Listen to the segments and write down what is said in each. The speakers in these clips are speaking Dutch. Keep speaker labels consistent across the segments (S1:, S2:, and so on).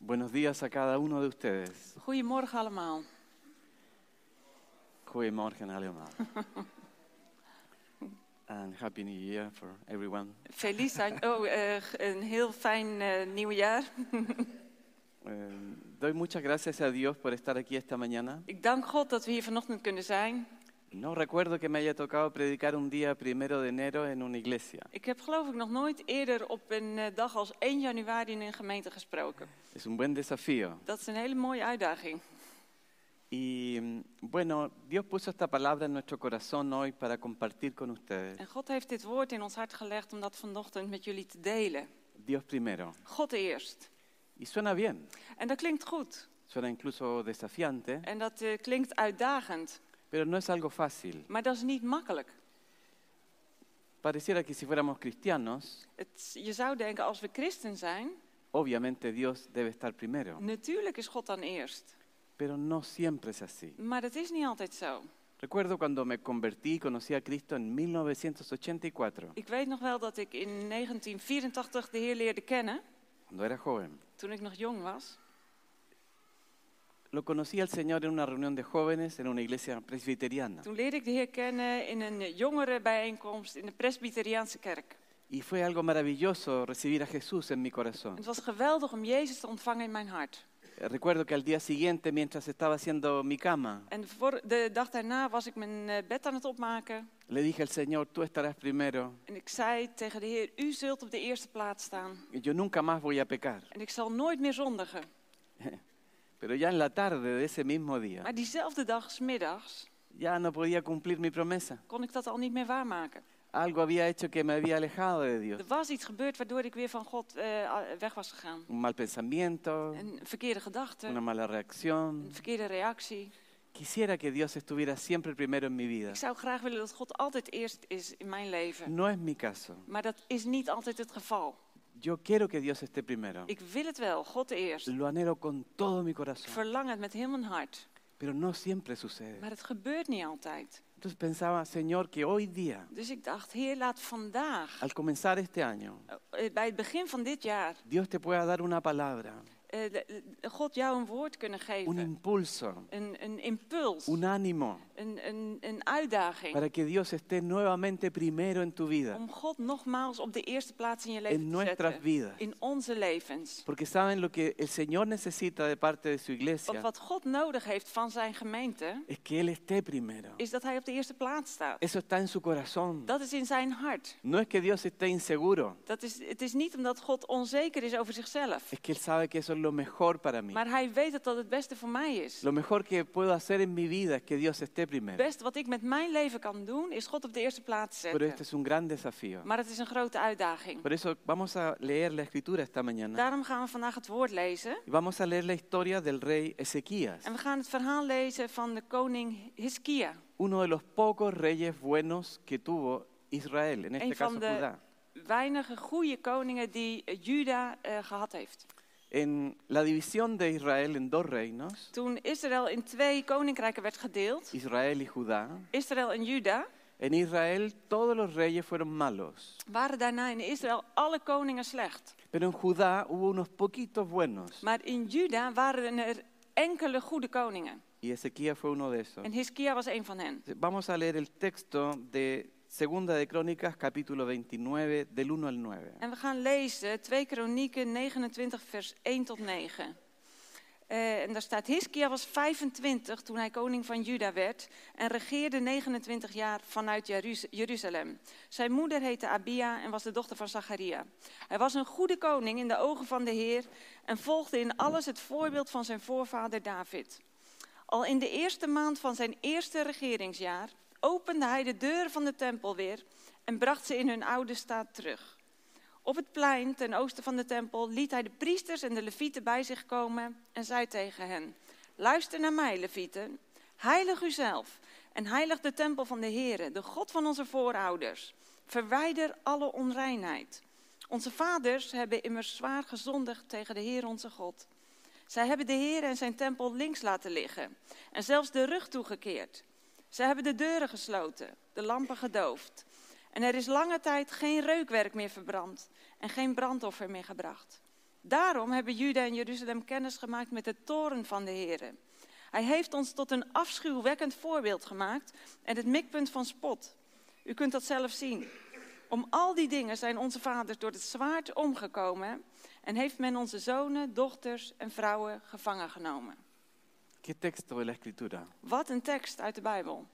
S1: Buenos días a cada uno de ustedes.
S2: Goedemorgen allemaal.
S1: Goedemorgen allemaal. And happy new year for everyone.
S2: Feliz año. Oh, eh, g- een heel fijn eh, nieuwjaar.
S1: Eh, doy muchas gracias a Dios por estar aquí esta mañana.
S2: Ik dank God dat we hier vanochtend kunnen zijn.
S1: No recuerdo que me haya tocado predicar un día primero de enero en una iglesia.
S2: Ik heb geloof ik nog nooit eerder op een eh, dag als 1 januari in een gemeente gesproken.
S1: Es un buen desafío.
S2: Dat is een hele mooie uitdaging.
S1: Y mm, bueno, Dios puso esta palabra en nuestro corazón hoy para compartir con ustedes.
S2: En God heeft dit woord in ons hart gelegd om dat vanochtend met jullie te delen.
S1: Dios primero.
S2: God eerst.
S1: Y suena bien,
S2: En dat klinkt goed.
S1: suena incluso desafiante,
S2: En dat eh, klinkt uitdagend.
S1: pero no es algo fácil.
S2: Maar dat is niet makkelijk.
S1: Pareciera que si fuéramos cristianos,
S2: Het, je zou denken, als we christen zijn,
S1: Obviamente Dios debe estar primero,
S2: natuurlijk is God dan eerst.
S1: pero no siempre es así.
S2: Maar dat is niet altijd zo.
S1: Recuerdo cuando me convertí y conocí a Cristo en 1984,
S2: Ik weet nog wel dat ik in 1984 de Heer leerde kennen,
S1: cuando era joven.
S2: toen ik nog jong was.
S1: Lo conocí al Señor en una reunión de jóvenes en una iglesia presbiteriana
S2: Toen leerde ik de Heer kennen in een jongerenbijeenkomst in de Presbyteriaanse kerk.
S1: y fue algo maravilloso recibir a Jesús en mi corazón. Eh,
S2: Het was geweldig om Jezus te ontvangen in mijn hart.
S1: Recuerdo que al día siguiente, mientras estaba haciendo mi cama,
S2: En voor, de dag daarna was ik mijn eh, bed aan het opmaken.
S1: le dije al Señor, tú estarás primero
S2: En ik zei tegen de Heer, u zult op de eerste plaats staan.
S1: y yo nunca más voy a pecar.
S2: En ik zal nooit meer zondigen.
S1: Pero ya en la tarde de ese mismo día,
S2: Maar diezelfde dag, 's middags,
S1: ya no podía cumplir mi promesa.
S2: kon ik dat al niet meer waarmaken.
S1: Algo había hecho que me había alejado de Dios.
S2: Er was iets gebeurd waardoor ik weer van God eh, weg was gegaan.
S1: un mal pensamiento,
S2: Een verkeerde gedachte.
S1: una mala
S2: Een
S1: reacción.
S2: verkeerde reactie.
S1: Quisiera que Dios estuviera siempre primero en mi vida.
S2: Ik zou graag willen dat God altijd eerst is in mijn leven.
S1: No es mi caso.
S2: Maar dat is niet altijd het geval.
S1: Yo quiero que Dios esté primero.
S2: Ik wil het wel, God eerst.
S1: Lo anhelo con todo mi
S2: Ik
S1: corazón,
S2: verlang het met heel mijn hart.
S1: pero no siempre sucede.
S2: Maar het gebeurt niet altijd.
S1: Entonces pensaba, Señor, que hoy día,
S2: Dus ik dacht, Heer, laat vandaag,
S1: al comenzar este año,
S2: eh, bij het begin van dit jaar,
S1: Dios te pueda dar una palabra,
S2: eh, de- de- God jou een woord kunnen
S1: un
S2: geven.
S1: impulso,
S2: Een, een impuls,
S1: un ánimo,
S2: een, een, een uitdaging.
S1: para que Dios esté nuevamente primero en tu vida,
S2: Om God nogmaals op de eerste plaats in je
S1: en
S2: leven te
S1: nuestras
S2: zetten.
S1: vidas.
S2: In onze levens.
S1: Porque saben lo que el Señor necesita de parte de su
S2: Want
S1: iglesia,
S2: wat God nodig heeft van zijn gemeente,
S1: es que Él esté primero.
S2: is dat hij op de eerste plaats staat.
S1: Eso está en su corazón.
S2: Dat is in zijn hart.
S1: No es que Dios esté inseguro,
S2: Dat is, het is niet omdat God onzeker is over zichzelf.
S1: es que Él sabe que eso es lo mejor para mí.
S2: Maar hij weet dat dat het beste voor mij is.
S1: Lo mejor que puedo hacer en mi vida es que Dios esté
S2: Het
S1: primero.
S2: beste wat ik met mijn leven kan doen, is God op de eerste plaats
S1: Pero este
S2: zetten.
S1: es un gran desafío.
S2: Maar het is een grote uitdaging.
S1: Por eso vamos a leer la escritura esta mañana.
S2: Daarom gaan we vandaag het woord lezen.
S1: Y vamos a leer la historia del rey Ezequías,
S2: En we gaan het verhaal lezen van de koning Hiskia.
S1: uno de los pocos reyes buenos que tuvo Israel, en este
S2: En
S1: caso
S2: van de-
S1: Judá.
S2: Weinige goede koningen die eh, Juda eh, gehad heeft.
S1: En la división de Israel en dos reinos,
S2: Toen Israël in twee koninkrijken werd gedeeld,
S1: Israel y Judá,
S2: Israël en Juda,
S1: en Israel todos los reyes fueron malos.
S2: waren daarna in Israël alle koningen slecht.
S1: Pero en Judá hubo unos poquitos buenos.
S2: Maar in Juda waren er enkele goede koningen.
S1: Y Ezequías fue uno de esos.
S2: En Hiskia was een van hen.
S1: Vamos a leer el texto de Segunda de Crónicas, capítulo 29, del 1 al 9.
S2: En we gaan lezen 2 Kronieken 29, vers 1 tot 9. Eh, en daar staat, Hiskia was 25 toen hij koning van Juda werd en regeerde 29 jaar vanuit Jeruz- Jeruzalem. Zijn moeder heette Abia en was de dochter van Zacharia. Hij was een goede koning in de ogen van de Heer en volgde in alles het voorbeeld van zijn voorvader David. Al in de eerste maand van zijn eerste regeringsjaar opende hij de deuren van de tempel weer en bracht ze in hun oude staat terug. Op het plein ten oosten van de tempel liet hij de priesters en de levieten bij zich komen en zei tegen hen: Luister naar mij, levieten. Heilig uzelf en heilig de tempel van de Here, de God van onze voorouders. Verwijder alle onreinheid. Onze vaders hebben immers zwaar gezondigd tegen de Heer onze God. Zij hebben de Heer en zijn tempel links laten liggen en zelfs de rug toegekeerd. Zij hebben de deuren gesloten, de lampen gedoofd. En er is lange tijd geen reukwerk meer verbrand en geen brandoffer meer gebracht. Daarom hebben Juda en Jeruzalem kennis gemaakt met de toren van de Here. Hij heeft ons tot een afschuwwekkend voorbeeld gemaakt en het mikpunt van spot. U kunt dat zelf zien. Om al die dingen zijn onze vaders door het zwaard omgekomen en heeft men onze zonen, dochters en vrouwen gevangen genomen.
S1: ¿Qué texto de la escritura?
S2: Wat een tekst uit de Bijbel.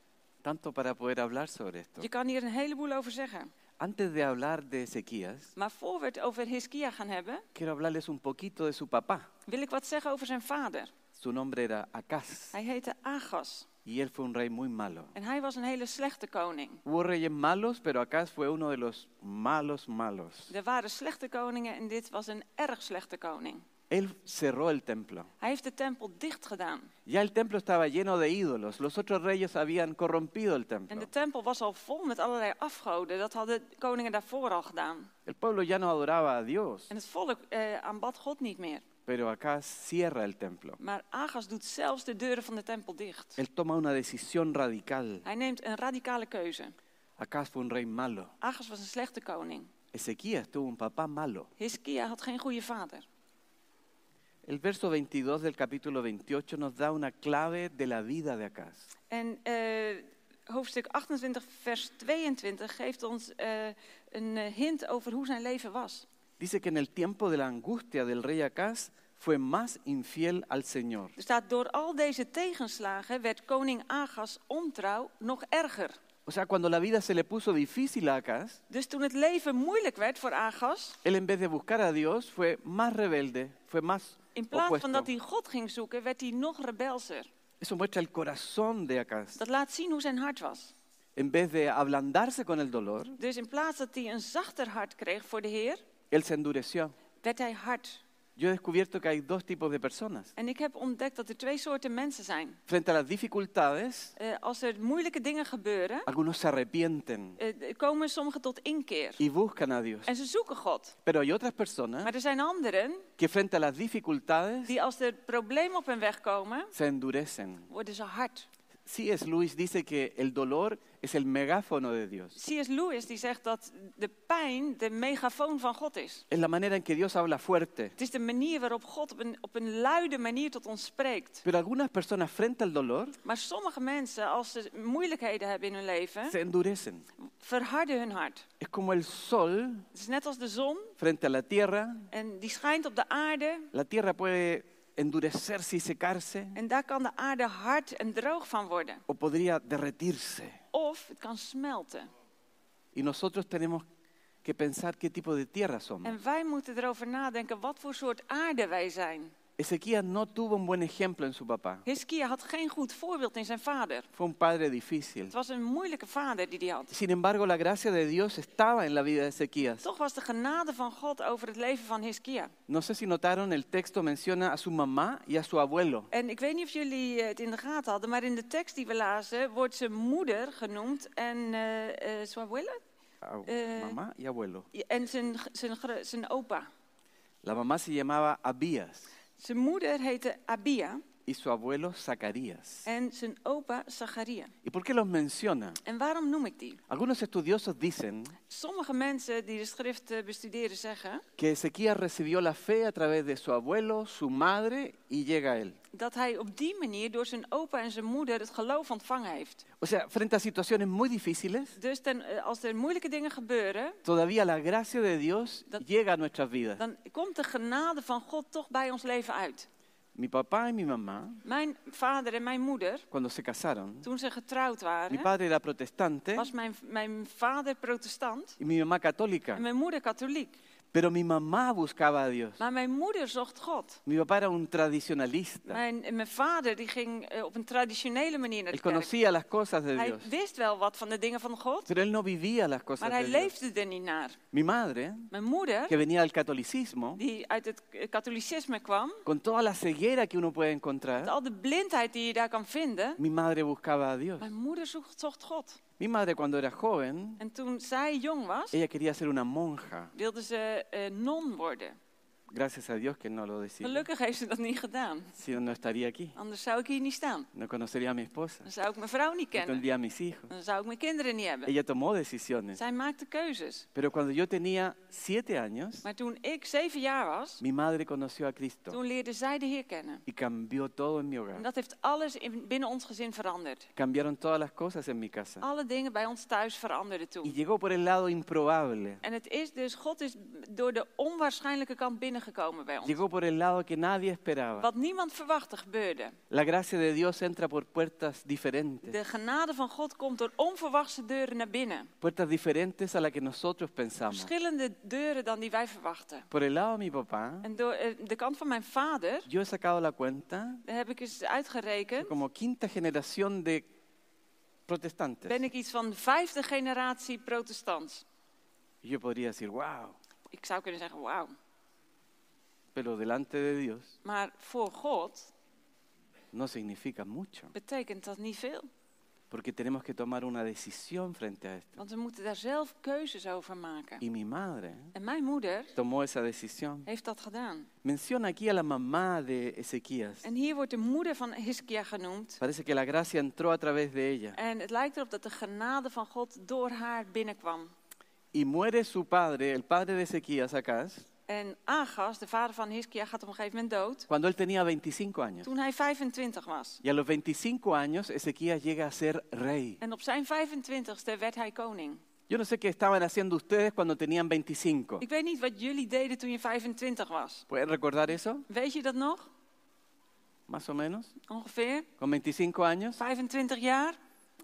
S1: Tanto para poder hablar sobre esto.
S2: Je kan hier een heleboel over zeggen.
S1: Antes de hablar de Ezequías,
S2: Maar voor we het over Hiskia gaan hebben,
S1: quiero hablarles un poquito de su papá.
S2: wil ik wat zeggen over zijn vader.
S1: Su nombre era Acaz
S2: Hij heette Agas
S1: y él fue un rey muy malo.
S2: en hij was een hele slechte koning.
S1: Hubo reyes malos, pero Acaz fue uno de los malos malos.
S2: Er waren slechte koningen en dit was een erg slechte koning.
S1: Él cerró el templo.
S2: Hij heeft de tempel dicht gedaan.
S1: Ya el templo estaba lleno de ídolos. Los otros reyes habían corrompido el
S2: En de
S1: templo.
S2: tempel was al vol met allerlei afgoden. Dat hadden de koningen daarvoor al gedaan.
S1: El pueblo ya no adoraba a Dios,
S2: En het volk eh, aanbad God niet meer.
S1: pero Acaz cierra el templo.
S2: Maar Agas doet zelfs de deuren van de tempel dicht.
S1: Él toma una decisión radical.
S2: Hij neemt een radicale keuze.
S1: Acaz fue un rey malo.
S2: Agas was een slechte koning.
S1: Ezequías tuvo un papá malo.
S2: Hiskia had geen goede vader.
S1: El verso 22 del capítulo 28 nos da una clave de la vida de Acaz.
S2: En eh, hoofdstuk 28, vers 22 geeft ons eh, een eh, hint over hoe zijn leven was.
S1: Dice que en el tiempo de la angustia del rey Acaz fue más infiel al Señor.
S2: Er staat, door al deze tegenslagen werd koning Agas ontrouw nog erger.
S1: O sea, cuando la vida se le puso difícil a Acaz,
S2: Dus toen het leven moeilijk werd voor Agas,
S1: él en vez de buscar a Dios fue más rebelde, fue más
S2: in plaats van
S1: opuesto.
S2: dat hij God ging zoeken, werd hij nog rebelser.
S1: Eso muestra el corazón de Acaz.
S2: Dat laat zien hoe zijn hart was.
S1: En vez de ablandarse con el dolor,
S2: Dus in plaats dat hij een zachter hart kreeg voor de Heer,
S1: él se endureció.
S2: werd hij hard.
S1: Yo he descubierto que hay dos tipos de personas.
S2: En ik heb ontdekt dat er twee soorten mensen zijn.
S1: Frente a las dificultades,
S2: Eh, als er moeilijke dingen gebeuren,
S1: algunos se arrepienten
S2: eh, d- komen sommigen tot inkeer.
S1: y buscan a Dios.
S2: En ze zoeken God.
S1: Pero hay otras personas
S2: Maar er zijn anderen
S1: que frente a las dificultades
S2: die als er problemen op hun weg komen,
S1: se endurecen.
S2: worden ze hard.
S1: C.S. Lewis dice que el dolor es el megáfono de Dios.
S2: C.S. Lewis die zegt dat de pijn de megafoon van God is.
S1: Es la manera en que Dios habla fuerte.
S2: Het is de manier waarop God op een, op een luide manier tot ons spreekt.
S1: Pero algunas personas frente al dolor
S2: Maar sommige mensen, als ze moeilijkheden hebben in hun leven,
S1: se endurecen.
S2: verharden hun hart.
S1: Es como el sol
S2: Het is net als de zon
S1: frente a la tierra.
S2: en die schijnt op de aarde.
S1: La tierra puede endurecerse y secarse
S2: En daar kan de aarde hard en droog van worden.
S1: o podría derretirse.
S2: Of het kan smelten.
S1: Y nosotros tenemos que pensar qué tipo de tierra somos.
S2: En wij moeten erover nadenken wat voor soort aarde wij zijn.
S1: Ezequías no tuvo un buen ejemplo en su papá.
S2: Hiskia had geen goed voorbeeld in zijn vader.
S1: Fue un padre difícil.
S2: Het was een moeilijke vader die hij had.
S1: Sin embargo, la gracia de Dios estaba en la vida de Ezequías.
S2: Toch was de genade van God over het leven van Hiskia.
S1: No sé si notaron, el texto menciona a su mamá y a su abuelo.
S2: En ik weet niet of jullie eh, het in de gaten hadden, maar in de tekst die we lazen wordt zijn moeder genoemd en eh, eh, zijn abuela?
S1: A-
S2: Eh.
S1: Mamá y abuelo.
S2: Ja, en zijn, zijn, gro- zijn opa.
S1: La mamá se llamaba Abías
S2: Zijn moeder heette Abia
S1: y su abuelo Zacarías.
S2: en zijn opa Zacharia.
S1: ¿Y por qué los menciona?
S2: En waarom noem ik die?
S1: Algunos estudiosos dicen
S2: Sommige mensen die de schrift eh, bestuderen zeggen
S1: que Ezequías recibió la fe a través de su abuelo, su madre y llega a él.
S2: dat hij op die manier door zijn opa en zijn moeder het geloof ontvangen heeft.
S1: O sea, frente a situaciones muy difíciles,
S2: Dus ten, eh, als er moeilijke dingen gebeuren,
S1: todavía la gracia de Dios
S2: Dat-
S1: llega a nuestras vidas.
S2: dan komt de genade van God toch bij ons leven uit.
S1: Mi papá y mi mamá,
S2: Mijn vader en mijn moeder,
S1: cuando se casaron,
S2: toen ze getrouwd
S1: mi
S2: waren,
S1: padre era protestante
S2: was mijn, mijn vader protestant
S1: y mi mamá católica,
S2: en mijn moeder katholiek.
S1: pero mi mamá buscaba a Dios.
S2: Maar mijn moeder zocht God.
S1: Mi papá era un tradicionalista,
S2: Mijn, en mijn vader die ging eh, op een traditionele manier naar de
S1: él
S2: kerk.
S1: conocía las cosas de
S2: Hij
S1: Dios,
S2: wist wel wat van de dingen van God,
S1: pero él no vivía las cosas
S2: maar hij
S1: de Dios.
S2: leefde er niet naar.
S1: Mi madre,
S2: Mijn moeder,
S1: que venía del catolicismo,
S2: die uit het eh, katholicisme kwam,
S1: con toda la ceguera que uno puede
S2: met
S1: encontrar,
S2: al de blindheid die je daar kan vinden,
S1: mi madre buscaba a Dios.
S2: mijn moeder zocht, zocht God.
S1: Mi madre cuando era joven,
S2: En toen zij jong was,
S1: ella quería ser una monja.
S2: wilde ze eh, non worden.
S1: Gracias a Dios que no lo decidió.
S2: Gelukkig heeft ze dat niet gedaan.
S1: Si no, no estaría aquí.
S2: Anders zou ik hier niet staan.
S1: No conocería a mi esposa.
S2: Dan zou ik mijn vrouw niet
S1: No
S2: kennen.
S1: tendría a mis hijos.
S2: Dan zou ik mijn kinderen niet hebben.
S1: Ella tomó decisiones.
S2: Zij maakte keuzes.
S1: Pero cuando yo tenía siete años,
S2: Maar toen ik zeven jaar was,
S1: mi madre conoció a Cristo
S2: toen leerde zij de Heer kennen.
S1: y cambió todo en mi
S2: En
S1: hogar.
S2: dat heeft alles in, binnen ons gezin veranderd.
S1: Cambiaron todas las cosas en mi casa.
S2: Alle dingen bij ons thuis veranderden
S1: Y
S2: toen.
S1: llegó por el lado improbable.
S2: En het is dus, God is door de onwaarschijnlijke kant binnengekomen bij ons.
S1: Llegó por el lado que nadie esperaba.
S2: Wat niemand verwachtte gebeurde.
S1: La gracia de Dios entra por puertas diferentes.
S2: De genade van God komt door onverwachte deuren naar binnen.
S1: Puertas diferentes a las que nosotros pensamos.
S2: Verschillende deuren dan die wij verwachten.
S1: Por el lado de mi papá,
S2: En door eh, de kant van mijn vader
S1: yo he sacado la cuenta
S2: daar heb ik eens
S1: soy
S2: uitgerekend.
S1: como quinta generación de protestantes.
S2: Ben ik iets van vijfde generatie protestants.
S1: Y Yo podría decir, wow,
S2: Ik zou kunnen zeggen, wauw.
S1: pero delante de Dios
S2: Maar voor God
S1: no significa mucho,
S2: betekent dat niet veel.
S1: porque tenemos que tomar una decisión frente a esto.
S2: Want we moeten daar zelf keuzes over maken.
S1: Y mi madre
S2: En mijn moeder
S1: tomó esa decisión.
S2: heeft dat gedaan.
S1: Menciona aquí a la mamá de Ezequías.
S2: En hier wordt de moeder van Hiskia genoemd.
S1: Parece que la gracia entró a través de ella.
S2: En het lijkt erop dat de genade van God door haar binnenkwam.
S1: Y muere su padre, el padre de Ezequías, Acaz,
S2: En Agas, de vader van Hiskia, gaat op een gegeven moment dood.
S1: cuando él tenía 25 años.
S2: Toen hij 25 was.
S1: Y a los 25 años Ezequías llega a ser rey.
S2: En op zijn 25ste werd hij koning.
S1: Yo no sé qué estaban haciendo ustedes cuando tenían 25.
S2: Ik weet niet wat jullie deden toen je 25 was.
S1: ¿Pueden recordar eso?
S2: Weet je dat nog?
S1: Más o menos.
S2: Ongeveer
S1: Con 25 años.
S2: 25 jaar.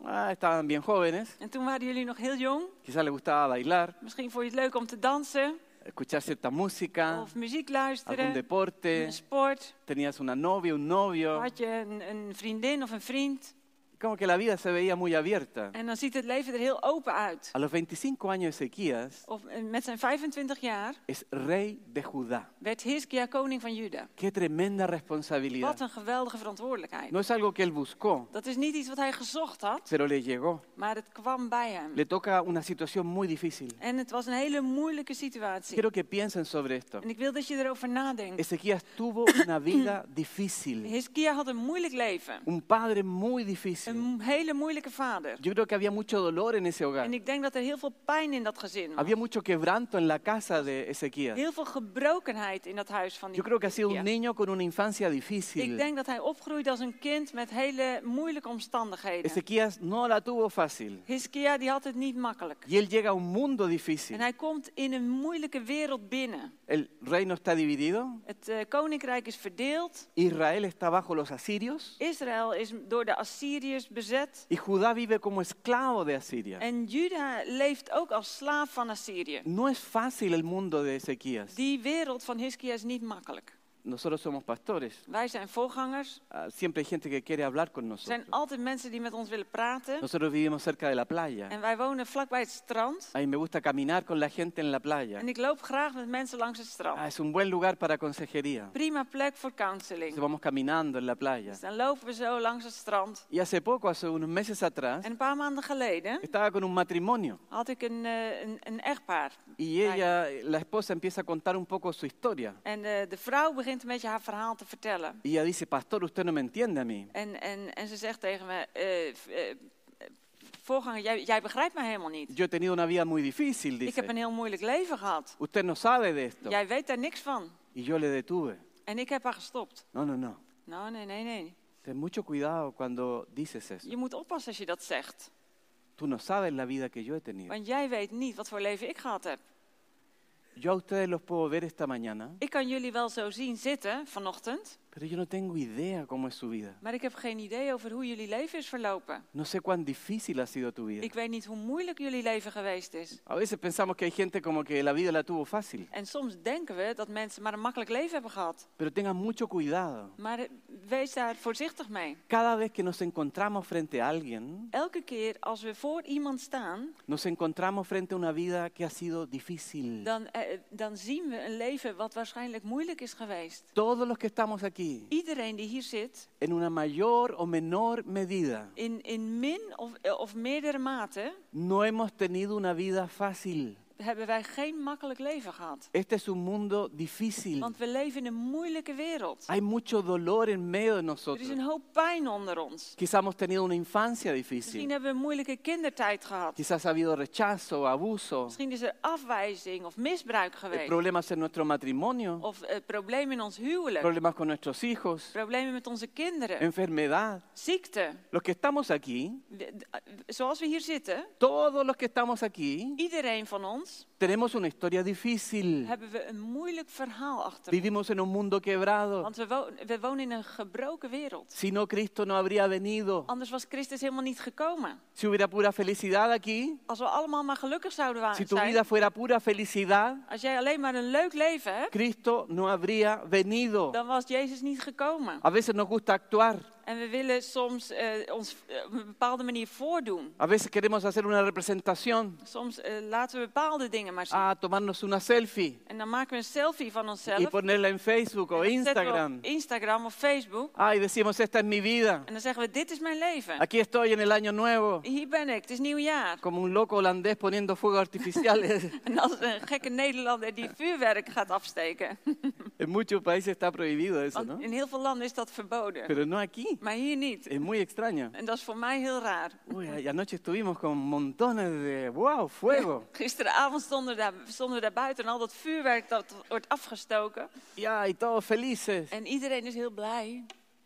S1: Ah, estaban bien jóvenes.
S2: En toen waren jullie nog heel jong.
S1: Quizás les gustaba bailar,
S2: Misschien vond je het leuk om te dansen
S1: escuchar cierta música,
S2: of muziek
S1: algún
S2: luisteren,
S1: deporte.
S2: een sport.
S1: Tenías una novia, un novio.
S2: Had je een, een vriendin of een vriend.
S1: Como que la vida se veía muy abierta.
S2: En dan ziet het leven er heel open uit.
S1: A los 25 años Ezequías
S2: Of, eh, met zijn 25 jaar
S1: es rey de Judá.
S2: werd Hiskia koning van Juda.
S1: Qué tremenda
S2: Wat
S1: responsabilidad.
S2: een geweldige verantwoordelijkheid.
S1: No es algo que él buscó,
S2: Dat is niet iets wat hij gezocht had,
S1: pero le llegó.
S2: maar het kwam bij hem.
S1: Le toca una situación muy difícil.
S2: En het was een hele moeilijke situatie.
S1: Quiero que piensen sobre esto.
S2: En ik wil dat je erover nadenkt.
S1: Ezequías tuvo una vida difícil,
S2: Hiskia had een moeilijk leven.
S1: un padre muy difícil.
S2: Een hele moeilijke vader.
S1: Yo creo que había mucho dolor en ese hogar.
S2: En ik denk dat er heel veel pijn in dat gezin was.
S1: Había mucho quebranto en la casa de Ezequías.
S2: Heel veel gebrokenheid in dat huis van die
S1: Yo creo que ha sido un
S2: Hiskia.
S1: niño con una infancia
S2: Ik
S1: difícil.
S2: denk dat hij opgroeide als een kind met hele moeilijke omstandigheden.
S1: Ezequías no la tuvo fácil
S2: Hiskia die had het niet makkelijk.
S1: y él llega a un mundo difícil.
S2: En hij komt in een moeilijke wereld binnen.
S1: El reino está dividido,
S2: Het eh, koninkrijk is verdeeld.
S1: Israel está bajo los asirios
S2: Israël is door de Assyriërs bezet.
S1: y Judá vive como esclavo de Asiria.
S2: En Juda leeft ook als slaaf van Assyrië.
S1: No es fácil el mundo de Ezequías.
S2: Die wereld van Hiskia is niet makkelijk.
S1: Nosotros somos pastores.
S2: Wij zijn voorgangers.
S1: Ah, Siempre hay gente que quiere hablar con
S2: Er zijn
S1: nosotros.
S2: altijd mensen die met ons willen praten.
S1: Nosotros vivimos cerca de la playa.
S2: En wij wonen vlakbij het strand.
S1: A mí me gusta caminar con la gente en la playa.
S2: En ik loop graag met mensen langs het
S1: Ah,
S2: strand.
S1: es un buen lugar para consejería.
S2: Prima plek voor
S1: Entonces
S2: counseling.
S1: vamos caminando en la playa.
S2: Dus dan lopen we zo langs het strand.
S1: Y hace poco, hace unos meses atrás,
S2: En een paar maanden geleden
S1: estaba con un matrimonio
S2: had ik een, eh, een, een echtpaar.
S1: y ella, la esposa, empieza a contar un poco su historia.
S2: En eh, de vrouw begint een beetje haar verhaal te vertellen.
S1: Y ella dice, pastor, usted no me entiende a mí.
S2: En, en, en ze zegt tegen me, eh, v- eh, voorganger, jij, jij begrijpt mij helemaal niet.
S1: Yo he tenido una vida muy difícil,
S2: Ik heb een
S1: dice.
S2: heel moeilijk leven gehad.
S1: Usted no sabe de esto.
S2: Jij weet daar niks van.
S1: Y yo le detuve.
S2: En ik heb haar gestopt.
S1: No, no, no.
S2: Nou, nee, nee, nee.
S1: Ten mucho cuidado cuando dices eso.
S2: Je moet oppassen als je dat zegt.
S1: Tú no sabes la vida que yo he tenido.
S2: Want jij weet niet wat voor leven ik gehad heb.
S1: Yo a ustedes los puedo ver esta mañana,
S2: Ik kan jullie wel zo zien zitten vanochtend,
S1: pero yo no tengo idea cómo es su vida.
S2: maar ik heb geen idee over hoe jullie leven is verlopen.
S1: No sé cuán difícil ha sido tu vida.
S2: Ik weet niet hoe moeilijk jullie leven geweest is.
S1: A veces pensamos que hay gente como que la vida la tuvo fácil,
S2: En soms denken we dat mensen maar een makkelijk leven hebben gehad.
S1: pero tengan mucho cuidado.
S2: Maar eh, wees daar voorzichtig mee.
S1: Cada vez que nos encontramos frente a alguien,
S2: Elke keer als we voor iemand staan,
S1: nos encontramos frente a una vida que ha sido difícil.
S2: dan, eh, dan zien we een leven wat waarschijnlijk moeilijk is geweest.
S1: Todos los que estamos aquí,
S2: Iedereen die hier zit,
S1: en una mayor o menor medida,
S2: in, in min of, eh, of meerdere mate,
S1: no hemos tenido una vida fácil.
S2: hebben wij geen makkelijk leven gehad.
S1: Este es un mundo difícil.
S2: Want we leven in een moeilijke wereld.
S1: Hay mucho dolor en medio de
S2: Er is
S1: nosotros.
S2: een hoop pijn onder ons.
S1: Quizás hemos tenido una infancia
S2: Misschien
S1: difícil.
S2: hebben we een moeilijke kindertijd gehad.
S1: Quizás ha habido rechazo, abuso,
S2: Misschien is er afwijzing of misbruik
S1: eh,
S2: geweest.
S1: problemas en nuestro matrimonio,
S2: Of eh, problemen in ons huwelijk.
S1: problemas con nuestros hijos,
S2: Problemen met onze kinderen.
S1: enfermedad.
S2: Ziekte.
S1: Los que estamos aquí,
S2: De- de- eh, Zoals we hier zitten,
S1: todos los que estamos aquí,
S2: iedereen van ons,
S1: tenemos una historia difícil.
S2: hebben we een moeilijk verhaal achter. ons.
S1: Vivimos en un mundo quebrado.
S2: Want we wonen, we wonen in een gebroken wereld.
S1: Si no, Cristo no habría venido.
S2: Anders was Christus helemaal niet gekomen.
S1: Si hubiera pura felicidad aquí,
S2: Als we allemaal maar gelukkig zouden wa-
S1: si tu vida
S2: zijn.
S1: fuera pura felicidad,
S2: Als jij alleen maar een leuk leven hebt,
S1: Cristo no habría venido.
S2: dan was Jezus niet gekomen.
S1: A veces nos gusta actuar,
S2: En we willen soms eh, ons eh, op een bepaalde manier voordoen.
S1: a veces queremos hacer una representación,
S2: Soms eh, laten we bepaalde dingen maar zien.
S1: a tomarnos una selfie
S2: En dan maken we een selfie van onszelf.
S1: y ponerla en Facebook
S2: en
S1: o
S2: dat zetten we op
S1: Instagram.
S2: Instagram of Facebook.
S1: Ah, y decimos, esta es mi vida,
S2: En dan zeggen we, dit is mijn leven.
S1: aquí estoy en el año nuevo,
S2: Hier ben ik, het is nieuw jaar.
S1: como un loco holandés poniendo fuegos artificiales.
S2: En als een gekke Nederlander die vuurwerk gaat afsteken.
S1: en muchos países está prohibido eso, ¿no?
S2: Want in heel veel landen is dat verboden.
S1: Pero no aquí,
S2: Maar hier niet.
S1: es muy extraño.
S2: En dat is voor mij heel raar.
S1: Uy, y anoche estuvimos con montones de, wow, fuego.
S2: Gisteravond stonden we daar, stonden we daar buiten en al dat vuurwerk dat wordt afgestoken.
S1: Ya, y todos felices.
S2: En iedereen is heel blij.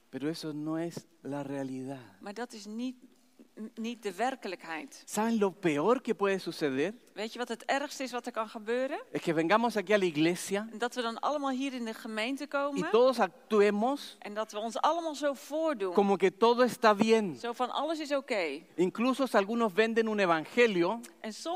S1: Pero eso no es la realidad.
S2: Maar dat is niet, n- niet de werkelijkheid.
S1: ¿Saben lo peor que puede suceder?
S2: Weet je wat het ergste is wat er kan gebeuren?
S1: Es que vengamos aquí a la iglesia
S2: En Dat we dan allemaal hier in de gemeente
S1: y
S2: komen.
S1: todos actuemos
S2: En dat we ons allemaal zo voordoen.
S1: como que todo está bien.
S2: Zo van alles is oké.
S1: Incluso algunos venden un evangelio
S2: En sommigen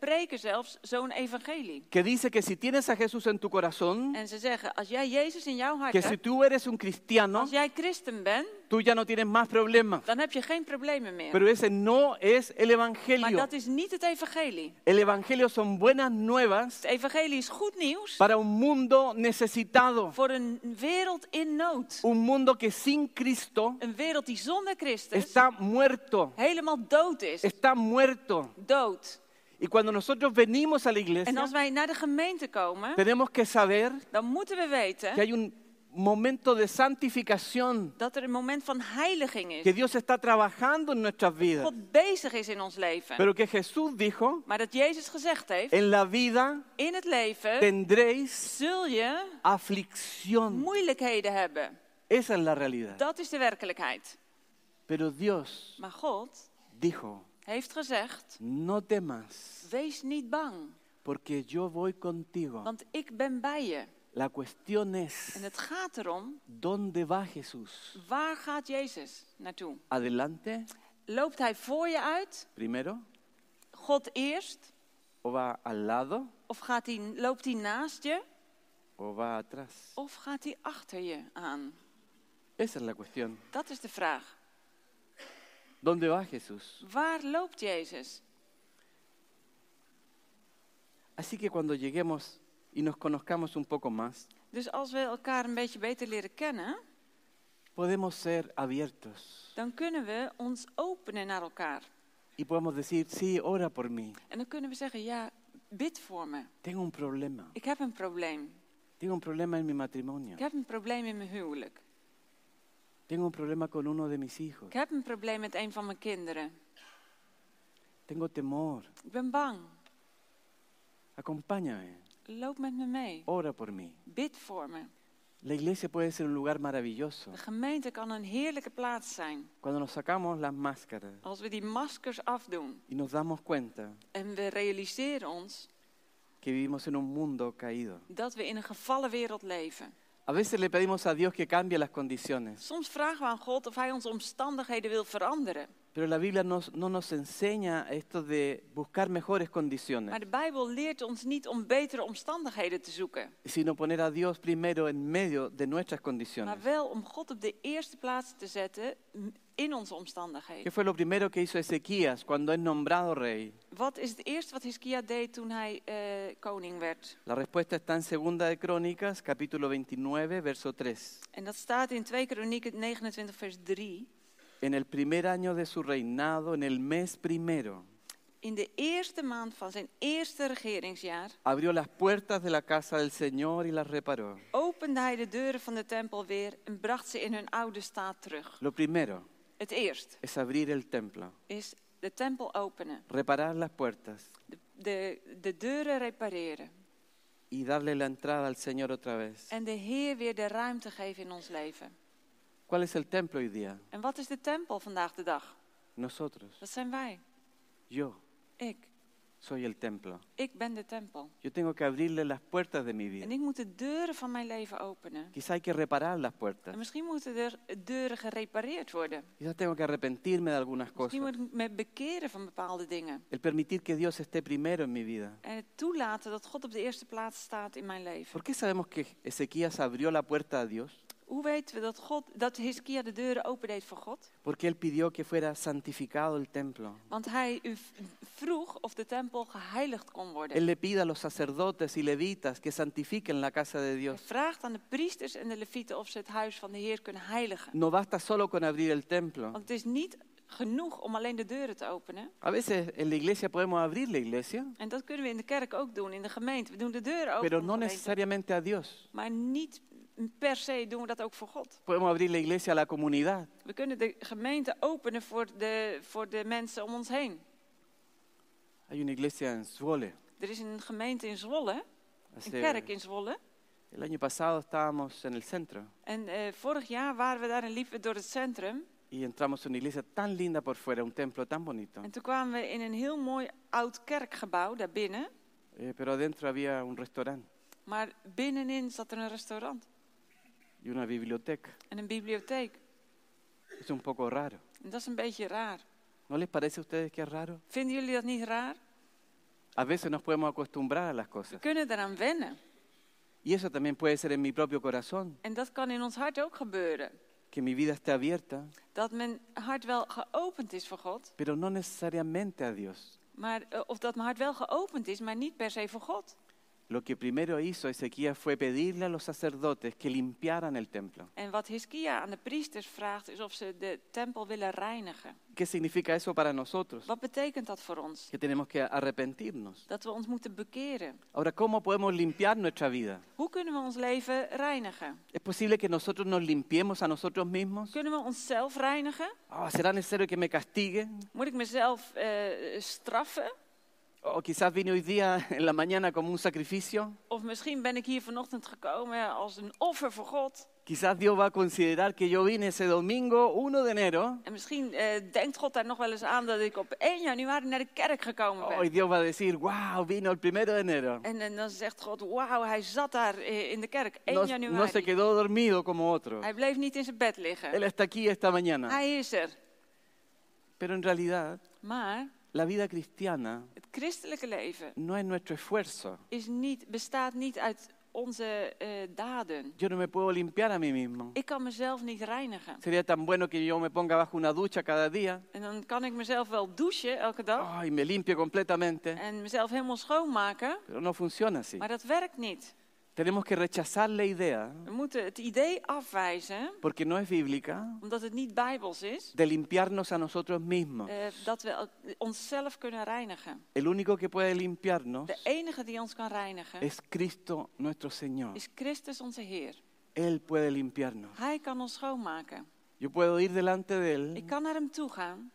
S2: preken zelfs zo'n evangelie.
S1: que dice que si tienes a Jesús en tu corazón,
S2: En ze zeggen, als jij Jezus in jouw hart
S1: que si
S2: hebt,
S1: tú eres un cristiano,
S2: als jij christen bent,
S1: tú ya no tienes más problemas.
S2: dan heb je geen problemen meer.
S1: Pero ese no es el
S2: Maar
S1: evangelio.
S2: dat is niet het evangelie.
S1: El evangelio son buenas nuevas
S2: Het evangelie is goed nieuws
S1: para un mundo necesitado,
S2: voor een wereld in nood.
S1: un mundo que sin Cristo
S2: Een wereld die zonder Christus
S1: está muerto,
S2: helemaal dood is.
S1: está muerto.
S2: Dood.
S1: Y cuando nosotros venimos a la
S2: En
S1: iglesia,
S2: als wij naar de gemeente komen,
S1: Tenemos que saber
S2: dan moeten we
S1: que
S2: weten
S1: hay un momento de santificación,
S2: dat er een moment van heiliging
S1: que
S2: is.
S1: Dios está trabajando en nuestras vidas,
S2: God bezig is in ons leven.
S1: pero que Jesús dijo,
S2: Maar dat Jezus gezegd heeft,
S1: en la vida
S2: in het leven
S1: tendréis
S2: zul je
S1: aflicción.
S2: moeilijkheden hebben.
S1: Esa es la realidad.
S2: Dat is de werkelijkheid.
S1: Pero Dios
S2: Maar God
S1: dijo,
S2: heeft gezegd:
S1: no temas,
S2: Wees niet bang,
S1: porque yo voy contigo.
S2: want ik ben bij je.
S1: La cuestión
S2: En
S1: es,
S2: het gaat erom:
S1: ¿dónde va Jesús?
S2: waar gaat Jezus naartoe?
S1: ¿Adelante
S2: Loopt hij voor je uit,
S1: primero?
S2: God eerst?
S1: ¿O va al lado?
S2: Of gaat hij, loopt hij naast je?
S1: ¿O va atrás?
S2: Of gaat hij achter je aan?
S1: Esa es la cuestión.
S2: Dat is de vraag.
S1: ¿Dónde va Jesús?
S2: Waar loopt Jezus?
S1: Así que cuando lleguemos y nos conozcamos un poco más,
S2: Dus als we elkaar een beetje beter leren kennen,
S1: podemos ser abiertos
S2: dan kunnen we ons openen naar elkaar.
S1: y podemos decir, sí, ora por mí,
S2: En dan kunnen we zeggen: Ja, bid voor me.
S1: tengo un problema,
S2: Ik heb een probleem.
S1: tengo un problema en mi matrimonio,
S2: Ik heb een probleem in mijn huwelijk.
S1: tengo un problema con uno de mis hijos,
S2: Ik heb een probleem met een van mijn kinderen.
S1: tengo temor,
S2: Ik ben bang.
S1: acompáñame,
S2: Loop met me mee.
S1: ora por mí.
S2: Bid voor me.
S1: La iglesia puede ser un lugar maravilloso
S2: De gemeente kan een heerlijke plaats zijn.
S1: cuando nos sacamos las máscaras
S2: Als we die maskers afdoen
S1: y nos damos cuenta
S2: en we realiseren ons
S1: que vivimos en un mundo caído.
S2: dat we in een gevallen wereld leven.
S1: A veces le pedimos a Dios que cambie las condiciones,
S2: Soms vragen we aan God of Hij onze omstandigheden wil veranderen.
S1: pero la Biblia nos- no nos enseña esto de buscar mejores condiciones.
S2: Maar de Bijbel leert ons niet om betere omstandigheden te zoeken,
S1: sino poner a Dios primero en medio de nuestras
S2: maar
S1: condiciones.
S2: wel om God op de eerste plaats te zetten in onze
S1: ¿Qué
S2: omstandigheden.
S1: fue lo primero que hizo Ezequías cuando es nombrado rey?
S2: Wat is het eerste wat Hiskia deed toen hij eh, koning werd?
S1: La respuesta está en Segunda de Crónicas, capítulo 29, verso 3.
S2: En dat staat in 2 Kronieken 29, vers 3.
S1: En el primer año de su reinado, en el mes primero,
S2: in de eerste maand van zijn eerste regeringsjaar
S1: Abrió las puertas de la casa del Señor y las reparó.
S2: opende hij de deuren van de tempel weer en bracht ze in hun oude staat terug.
S1: Lo primero
S2: Het eerst
S1: es abrir el templo,
S2: is de tempel openen,
S1: reparar las puertas
S2: de, de, de deuren repareren
S1: y darle la entrada al Señor otra vez.
S2: en de Heer weer de ruimte geven in ons leven.
S1: ¿Cuál es el templo hoy día?
S2: En wat is de tempel vandaag de dag?
S1: Nosotros.
S2: Dat zijn wij,
S1: Yo
S2: ik.
S1: soy el templo.
S2: Ik ben de tempel.
S1: Yo tengo que abrirle las puertas de mi vida.
S2: En ik moet de deuren van mijn leven openen.
S1: Quizá hay que reparar las puertas.
S2: En misschien moeten er deuren gerepareerd worden.
S1: Quizá tengo que arrepentirme de algunas
S2: Misschien
S1: cosas.
S2: moet ik me bekeren van bepaalde dingen.
S1: El permitir que Dios esté primero en mi vida.
S2: En het toelaten dat God op de eerste plaats staat in mijn leven.
S1: ¿Por qué sabemos que Ezequías abrió la puerta a Dios?
S2: Hoe weten we dat, God, dat Hiskia de deuren opendeed voor God?
S1: Porque él pidió que fuera santificado el templo.
S2: Want hij u v- vroeg of de tempel geheiligd kon worden.
S1: Él le pide a los sacerdotes y levitas que santifiquen la casa de
S2: Hij
S1: Dios.
S2: vraagt aan de priesters en de levieten of ze het huis van de Heer kunnen heiligen.
S1: No basta solo con abrir el templo.
S2: Want het is niet genoeg om alleen de deuren te openen.
S1: A veces en la iglesia podemos abrir la iglesia,
S2: En dat kunnen we in de kerk ook doen, in de gemeente. We doen de deuren open.
S1: pero
S2: om
S1: no
S2: gemeente.
S1: necesariamente a Dios.
S2: Maar niet per se doen we dat ook voor God.
S1: Podemos abrir la iglesia a la comunidad,
S2: We kunnen de gemeente openen voor de, voor de mensen om ons heen.
S1: Hay una iglesia en Suole.
S2: Er is een gemeente in Zwolle, een kerk
S1: Hace-
S2: in Zwolle.
S1: el año pasado estábamos en el centro
S2: En eh, vorig jaar waren we daar en liepen we door het centrum.
S1: y entramos en una iglesia tan linda por fuera, un templo tan bonito.
S2: En toen kwamen we in een heel mooi oud kerkgebouw daarbinnen.
S1: Eh, pero adentro había un restaurante
S2: Maar binnenin zat er een restaurant
S1: y una biblioteca.
S2: en een bibliotheek.
S1: Es un poco raro.
S2: En dat is een beetje raar.
S1: ¿No les parece a ustedes que es raro?
S2: Vinden jullie dat niet raar?
S1: A veces nos podemos acostumbrar a las
S2: We
S1: cosas.
S2: kunnen daaraan wennen.
S1: Y eso también puede ser en mi propio corazón,
S2: En dat kan in ons hart ook gebeuren.
S1: que mi vida esté abierta,
S2: Dat mijn hart wel geopend is voor God.
S1: pero no necesariamente a Dios.
S2: Maar, eh, of dat mijn hart wel geopend is, maar niet per se voor God.
S1: Lo que primero hizo Ezequías fue pedirle a los sacerdotes que limpiaran el templo.
S2: En wat Hiskia aan de priesters vraagt, is of ze de tempel willen reinigen.
S1: ¿Qué significa eso para nosotros?
S2: Wat betekent dat voor ons?
S1: Que tenemos que arrepentirnos.
S2: Dat we ons moeten bekeren.
S1: Ahora, ¿cómo podemos limpiar nuestra vida?
S2: Hoe kunnen we ons leven reinigen?
S1: ¿Es posible que nosotros nos limpiemos a nosotros mismos?
S2: Kunnen we onszelf reinigen?
S1: Ah, ¿Será necesario que me castigue?
S2: Moet ik mezelf eh, straffen?
S1: ¿O quizás vine hoy día en la mañana como un sacrificio?
S2: Of misschien ben ik hier vanochtend gekomen als een offer voor God.
S1: Quizás Dios va a considerar que yo vine ese domingo 1 de enero.
S2: En misschien eh, denkt God daar nog wel eens aan dat ik op 1 januari naar de kerk gekomen ben.
S1: Hoy Dios va a decir, wow, vino el 1 de enero.
S2: En, en dan zegt God, wauw, hij zat daar eh, in de kerk, 1
S1: No,
S2: januari.
S1: no se quedó dormido como otro.
S2: Hij bleef niet in zijn bed liggen.
S1: Él está aquí esta mañana.
S2: Hij is er.
S1: Pero en realidad,
S2: Maar
S1: la vida cristiana
S2: het christelijke leven
S1: no es nuestro esfuerzo.
S2: is niet, bestaat niet uit onze eh, daden.
S1: Yo no me puedo limpiar a mí mismo.
S2: Ik kan mezelf niet reinigen.
S1: Sería tan bueno que yo me ponga bajo una ducha cada día
S2: En dan kan ik mezelf wel douchen elke dag
S1: ay, me limpie completamente.
S2: en mezelf helemaal schoonmaken.
S1: Pero no funciona así.
S2: Maar dat werkt niet.
S1: Tenemos que rechazar la idea,
S2: We moeten het idee afwijzen,
S1: porque no es bíblica,
S2: omdat het niet bijbels is,
S1: de limpiarnos a nosotros mismos.
S2: eh, dat we el- onszelf kunnen reinigen.
S1: El único que puede limpiarnos
S2: De enige die ons kan reinigen
S1: es Cristo nuestro Señor.
S2: is Christus onze Heer.
S1: Él puede limpiarnos.
S2: Hij kan ons schoonmaken.
S1: Yo puedo ir delante de
S2: Ik
S1: Él
S2: kan naar hem toe gaan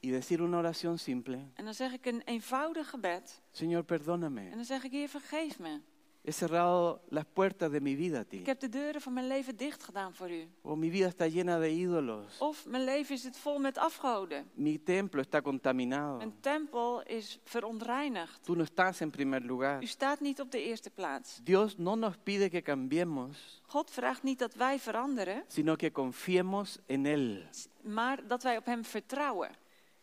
S1: y decir una oración simple.
S2: en dan zeg ik een eenvoudig gebed.
S1: Señor,
S2: En
S1: perdóname.
S2: dan zeg ik, Heer, vergeef me.
S1: He cerrado las puertas de mi vida a ti.
S2: Ik heb de deuren van mijn leven dicht gedaan voor u.
S1: O mi vida está llena de ídolos.
S2: Of mijn leven is het vol met afgoden.
S1: Mi templo está contaminado.
S2: Mijn tempel is verontreinigd.
S1: Tú no estás en primer lugar.
S2: U staat niet op de eerste plaats.
S1: Dios no nos pide que cambiemos,
S2: God vraagt niet dat wij veranderen,
S1: sino que confiemos en Él.
S2: maar dat wij op Hem vertrouwen.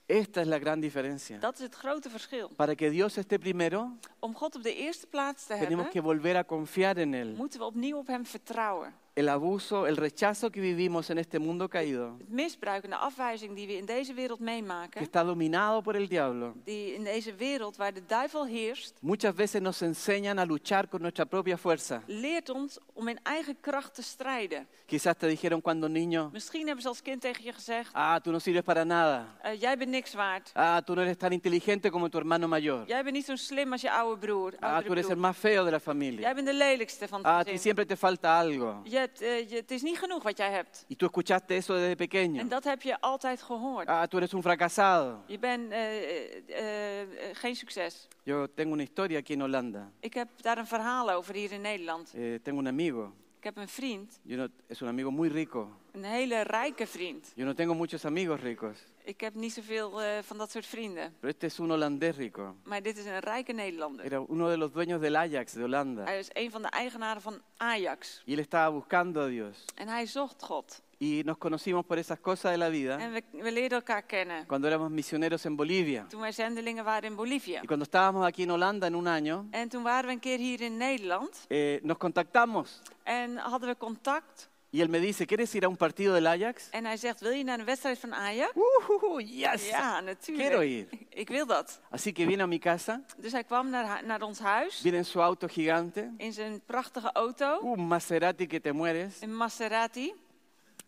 S1: Esta es la gran diferencia.
S2: Dat is het grote verschil.
S1: Para que Dios esté primero,
S2: Om God op de eerste plaats te
S1: tenemos
S2: hebben,
S1: que volver a confiar en Él.
S2: moeten we opnieuw op Hem vertrouwen.
S1: el abuso, el rechazo que vivimos en este mundo caído,
S2: Het misbruik en de afwijzing die we in deze wereld
S1: que
S2: meemaken,
S1: está dominado por el diablo,
S2: die in deze wereld waar de duivel heerst,
S1: muchas veces nos enseñan a luchar con nuestra propia fuerza.
S2: leert ons om in eigen kracht te strijden.
S1: Quizás te dijeron cuando niño,
S2: Misschien hebben ze als kind tegen je gezegd,
S1: ah, tú no sirves para nada.
S2: eh, jij bent niks waard.
S1: Ah, tú no eres tan inteligente como tu hermano mayor.
S2: Jij bent niet zo slim als je oude broer.
S1: Ah,
S2: oudere
S1: tú eres el
S2: broer.
S1: más feo de la
S2: Jij
S1: familia.
S2: bent de lelijkste van
S1: Ah, a
S2: het
S1: ti
S2: gezin.
S1: siempre te falta algo.
S2: Je hebt, eh, je- het is niet genoeg wat jij hebt.
S1: Y tú escuchaste eso desde
S2: En
S1: pequeño.
S2: dat heb je altijd gehoord.
S1: Ah, tú eres un fracasado.
S2: Je bent eh, eh, eh, eh, geen succes.
S1: Yo tengo una historia aquí en Holanda.
S2: Ik heb daar een verhaal over hier in Nederland.
S1: Eh, tengo un amigo.
S2: Ik heb een vriend,
S1: Yo no- es un amigo muy rico.
S2: een hele rijke vriend.
S1: Yo no tengo muchos amigos ricos,
S2: Ik heb niet zoveel eh, van dat soort vrienden.
S1: pero este es un holandés rico.
S2: Maar dit is een rijke Nederlander.
S1: Era uno de los dueños del Ajax de Holanda.
S2: Hij is een van de eigenaren van Ajax.
S1: Y él estaba buscando a Dios.
S2: En hij zocht God.
S1: Y nos conocimos por esas cosas de la vida
S2: En we, we leerden elkaar kennen.
S1: cuando éramos misioneros en Bolivia.
S2: Toen wij zendelingen waren in Bolivia.
S1: Y cuando estábamos aquí en Holanda en un año,
S2: En toen waren we een keer hier in Nederland.
S1: eh, nos contactamos.
S2: En hadden we contact.
S1: Y él me dice, ¿quieres ir a un partido del Ajax?
S2: En hij zegt, wil je naar een wedstrijd van Ajax?
S1: ¡Uh, yes!
S2: Ja,
S1: Quiero
S2: natuurlijk.
S1: ir.
S2: Ik wil dat.
S1: Así que viene a mi casa,
S2: Dus hij kwam naar, hu- naar ons huis.
S1: viene en su auto gigante,
S2: In zijn prachtige auto.
S1: un Maserati que te mueres.
S2: Een Maserati.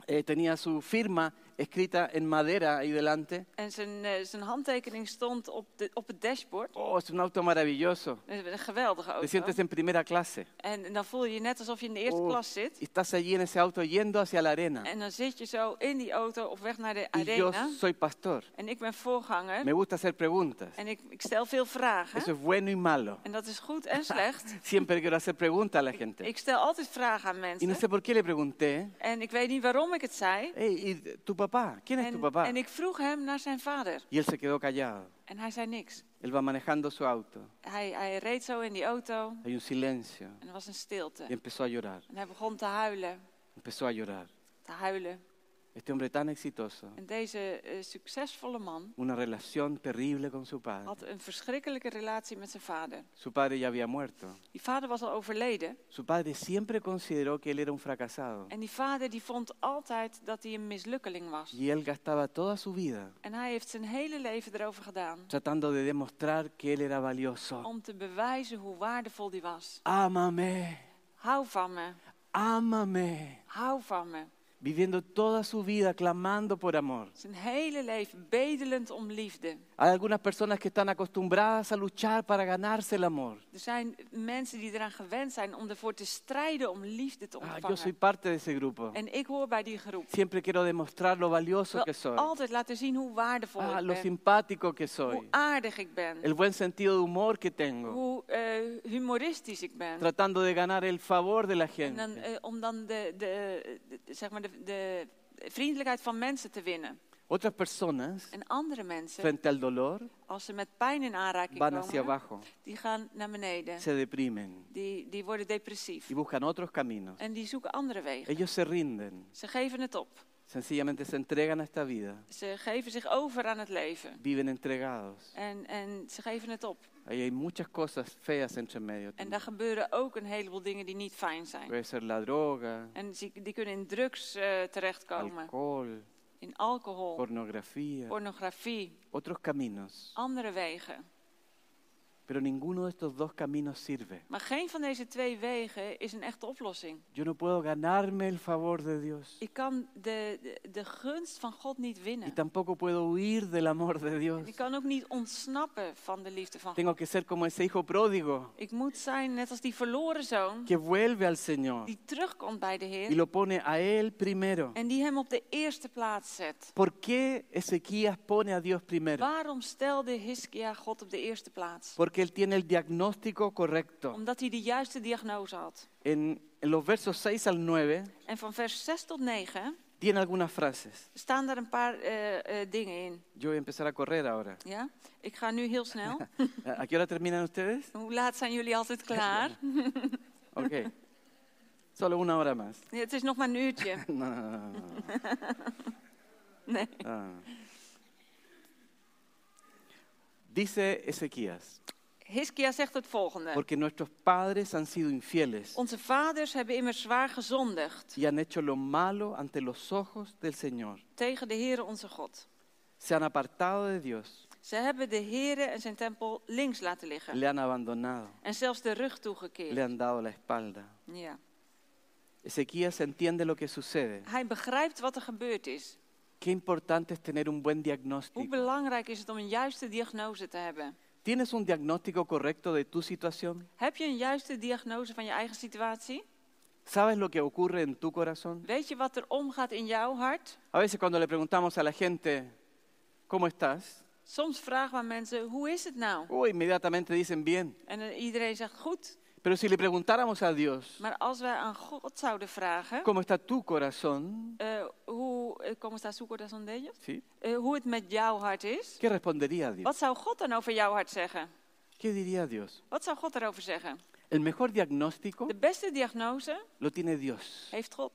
S1: Eh, tenía su firma escrita en madera ahí delante.
S2: En zijn, eh, zijn handtekening stond op, de, op het dashboard. Dus
S1: Oh, es un auto maravilloso.
S2: Een geweldige
S1: Te
S2: auto.
S1: sientes en primera clase.
S2: En dan voel je je net alsof je in de eerste
S1: Oh.
S2: klas zit.
S1: Y estás allí en ese auto yendo hacia la arena.
S2: En dan zit je zo in die auto op weg naar de
S1: Y yo
S2: arena.
S1: soy pastor.
S2: En ik ben voorganger.
S1: Me gusta hacer preguntas.
S2: En ik, ik stel veel vragen.
S1: Eso es bueno y malo.
S2: En dat is goed en slecht.
S1: Siempre quiero hacer preguntas a la gente.
S2: Ik stel altijd vragen aan
S1: Y no
S2: mensen.
S1: sé por qué le pregunté,
S2: En ik weet niet waarom ik het zei.
S1: hey, ¿y tu papá? ¿Quién es tu
S2: En,
S1: papá?
S2: en ik vroeg hem naar zijn vader.
S1: Y él se quedó callado.
S2: En hij zei niks.
S1: Él va manejando su auto.
S2: Hij, hij reed zo in die auto.
S1: Hay un silencio.
S2: En er was een stilte.
S1: Y empezó a llorar.
S2: En hij begon te huilen.
S1: Empezó a llorar.
S2: Te huilen.
S1: Este hombre tan exitoso,
S2: En deze eh, succesvolle man
S1: una relación terrible con su
S2: had
S1: padre.
S2: een verschrikkelijke relatie met zijn vader.
S1: Su padre ya había muerto.
S2: Die vader was al overleden.
S1: Su padre siempre consideró que él era un fracasado
S2: En die vader die vond altijd dat hij een mislukkeling was.
S1: y él gastaba toda su vida
S2: En hij heeft zijn hele leven erover gedaan.
S1: tratando de demostrar que él era valioso.
S2: Om te bewijzen hoe waardevol die was.
S1: Ámame,
S2: Hou van me.
S1: ámame.
S2: Hou van me.
S1: Viviendo toda su vida clamando por amor.
S2: Zijn hele leven bedelend om liefde.
S1: Hay algunas personas que están acostumbradas a luchar para ganarse el amor.
S2: Er zijn mensen die eraan gewend zijn om ervoor te strijden om liefde te
S1: Ah, yo soy
S2: ontvangen.
S1: parte de ese grupo.
S2: Oh, En ik hoor bij die groep.
S1: Siempre quiero demostrar lo valioso que
S2: Ik wil
S1: soy.
S2: altijd laten zien hoe waardevol
S1: Ah,
S2: ik
S1: lo
S2: ben.
S1: simpático que
S2: Hoe
S1: soy.
S2: aardig ik ben.
S1: El buen sentido de humor que tengo.
S2: Hoe eh, humoristisch ik ben.
S1: Tratando de ganar el favor de la
S2: ah. En dan,
S1: gente.
S2: eh, om dan de, de, de- zeg maar de, de vriendelijkheid van mensen te winnen.
S1: Otras personas,
S2: En eh. andere mensen,
S1: frente al dolor,
S2: als ze met pijn in aanraking
S1: van hacia
S2: komen,
S1: abajo,
S2: die gaan naar beneden.
S1: se deprimen
S2: Die, die worden depressief.
S1: y buscan otros caminos.
S2: En die zoeken andere wegen.
S1: Ellos se rinden,
S2: Ze geven het op.
S1: sencillamente se entregan a esta vida,
S2: Ze geven zich over aan het leven.
S1: viven entregados.
S2: En, en ze geven het op.
S1: Ahí hay muchas cosas feas entre medio.
S2: En
S1: también.
S2: daar gebeuren ook een heleboel dingen die niet fijn zijn.
S1: Puede ser la droga,
S2: En die, die kunnen in drugs eh, terechtkomen.
S1: alcohol,
S2: In alcohol,
S1: pornografía,
S2: pornografie,
S1: otros caminos.
S2: andere wegen.
S1: Pero ninguno de estos dos caminos sirve.
S2: Maar geen van deze twee wegen is een echte oplossing.
S1: Yo no puedo ganarme el favor de Dios.
S2: Ik kan de, de, de gunst van God niet
S1: Y
S2: winnen.
S1: tampoco puedo huir del amor de Dios.
S2: Ik kan ook niet ontsnappen van de liefde van God.
S1: Tengo que ser como ese hijo pródigo
S2: Ik moet zijn net als die verloren zoon
S1: que vuelve al Señor
S2: die terugkomt bij de
S1: y
S2: Heer
S1: lo pone a Él primero.
S2: en die hem op de eerste plaats zet.
S1: ¿Por qué Ezequías pone a Dios primero?
S2: Waarom stelde Hiskia God op de eerste plaats?
S1: Porque Él tiene el diagnóstico correcto.
S2: Omdat hij de juiste diagnose had.
S1: En, en los versos 6 al 9
S2: En van vers 6 tot 9
S1: tiene algunas frases.
S2: staan daar een paar eh, eh, dingen in.
S1: Yo voy a empezar a correr ahora.
S2: Ja? Ik ga nu heel snel.
S1: ¿A qué hora terminan ustedes?
S2: Hoe laat zijn jullie altijd klaar?
S1: Ok. Solo una hora más.
S2: Ja, het is nog maar een uurtje.
S1: No, no, no, no, no.
S2: Nee.
S1: Ah. Dice Ezequías,
S2: Hiskia zegt het volgende.
S1: Porque nuestros padres han sido infieles
S2: Onze vaders hebben immers zwaar gezondigd
S1: y han hecho lo malo ante los ojos del Señor.
S2: tegen de Heere onze God.
S1: Se han apartado de Dios,
S2: Ze hebben de Heere en zijn tempel links laten liggen.
S1: le han abandonado,
S2: En zelfs de rug
S1: le
S2: toegekeerd.
S1: han dado la espalda.
S2: Ja.
S1: Ezequías entiende lo que sucede.
S2: Hij begrijpt wat er gebeurd is.
S1: Qué importante es tener un buen
S2: Hoe
S1: diagnóstico.
S2: belangrijk is het om een juiste diagnose te hebben?
S1: ¿Tienes un diagnóstico correcto de tu situación?
S2: Heb je een juiste diagnose van je eigen situatie?
S1: ¿Sabes lo que ocurre en tu corazón?
S2: Weet je wat er omgaat in jouw hart?
S1: A veces cuando le preguntamos a la gente, ¿cómo estás?
S2: Soms vragen we aan mensen, hoe is het nou?
S1: Oh, inmediatamente dicen bien.
S2: En eh, iedereen zegt goed.
S1: Pero si le preguntáramos a Dios,
S2: Maar als wij aan God zouden vragen,
S1: ¿cómo está tu corazón?
S2: eh, hoe, eh, como está su corazón de ellos?
S1: ¿Sí?
S2: Eh, hoe het met jouw hart is.
S1: ¿Qué respondería Dios?
S2: Wat zou God dan over jouw hart zeggen?
S1: ¿Qué diría Dios?
S2: Wat zou God erover zeggen?
S1: El mejor diagnóstico
S2: De beste diagnose
S1: lo tiene Dios.
S2: heeft God.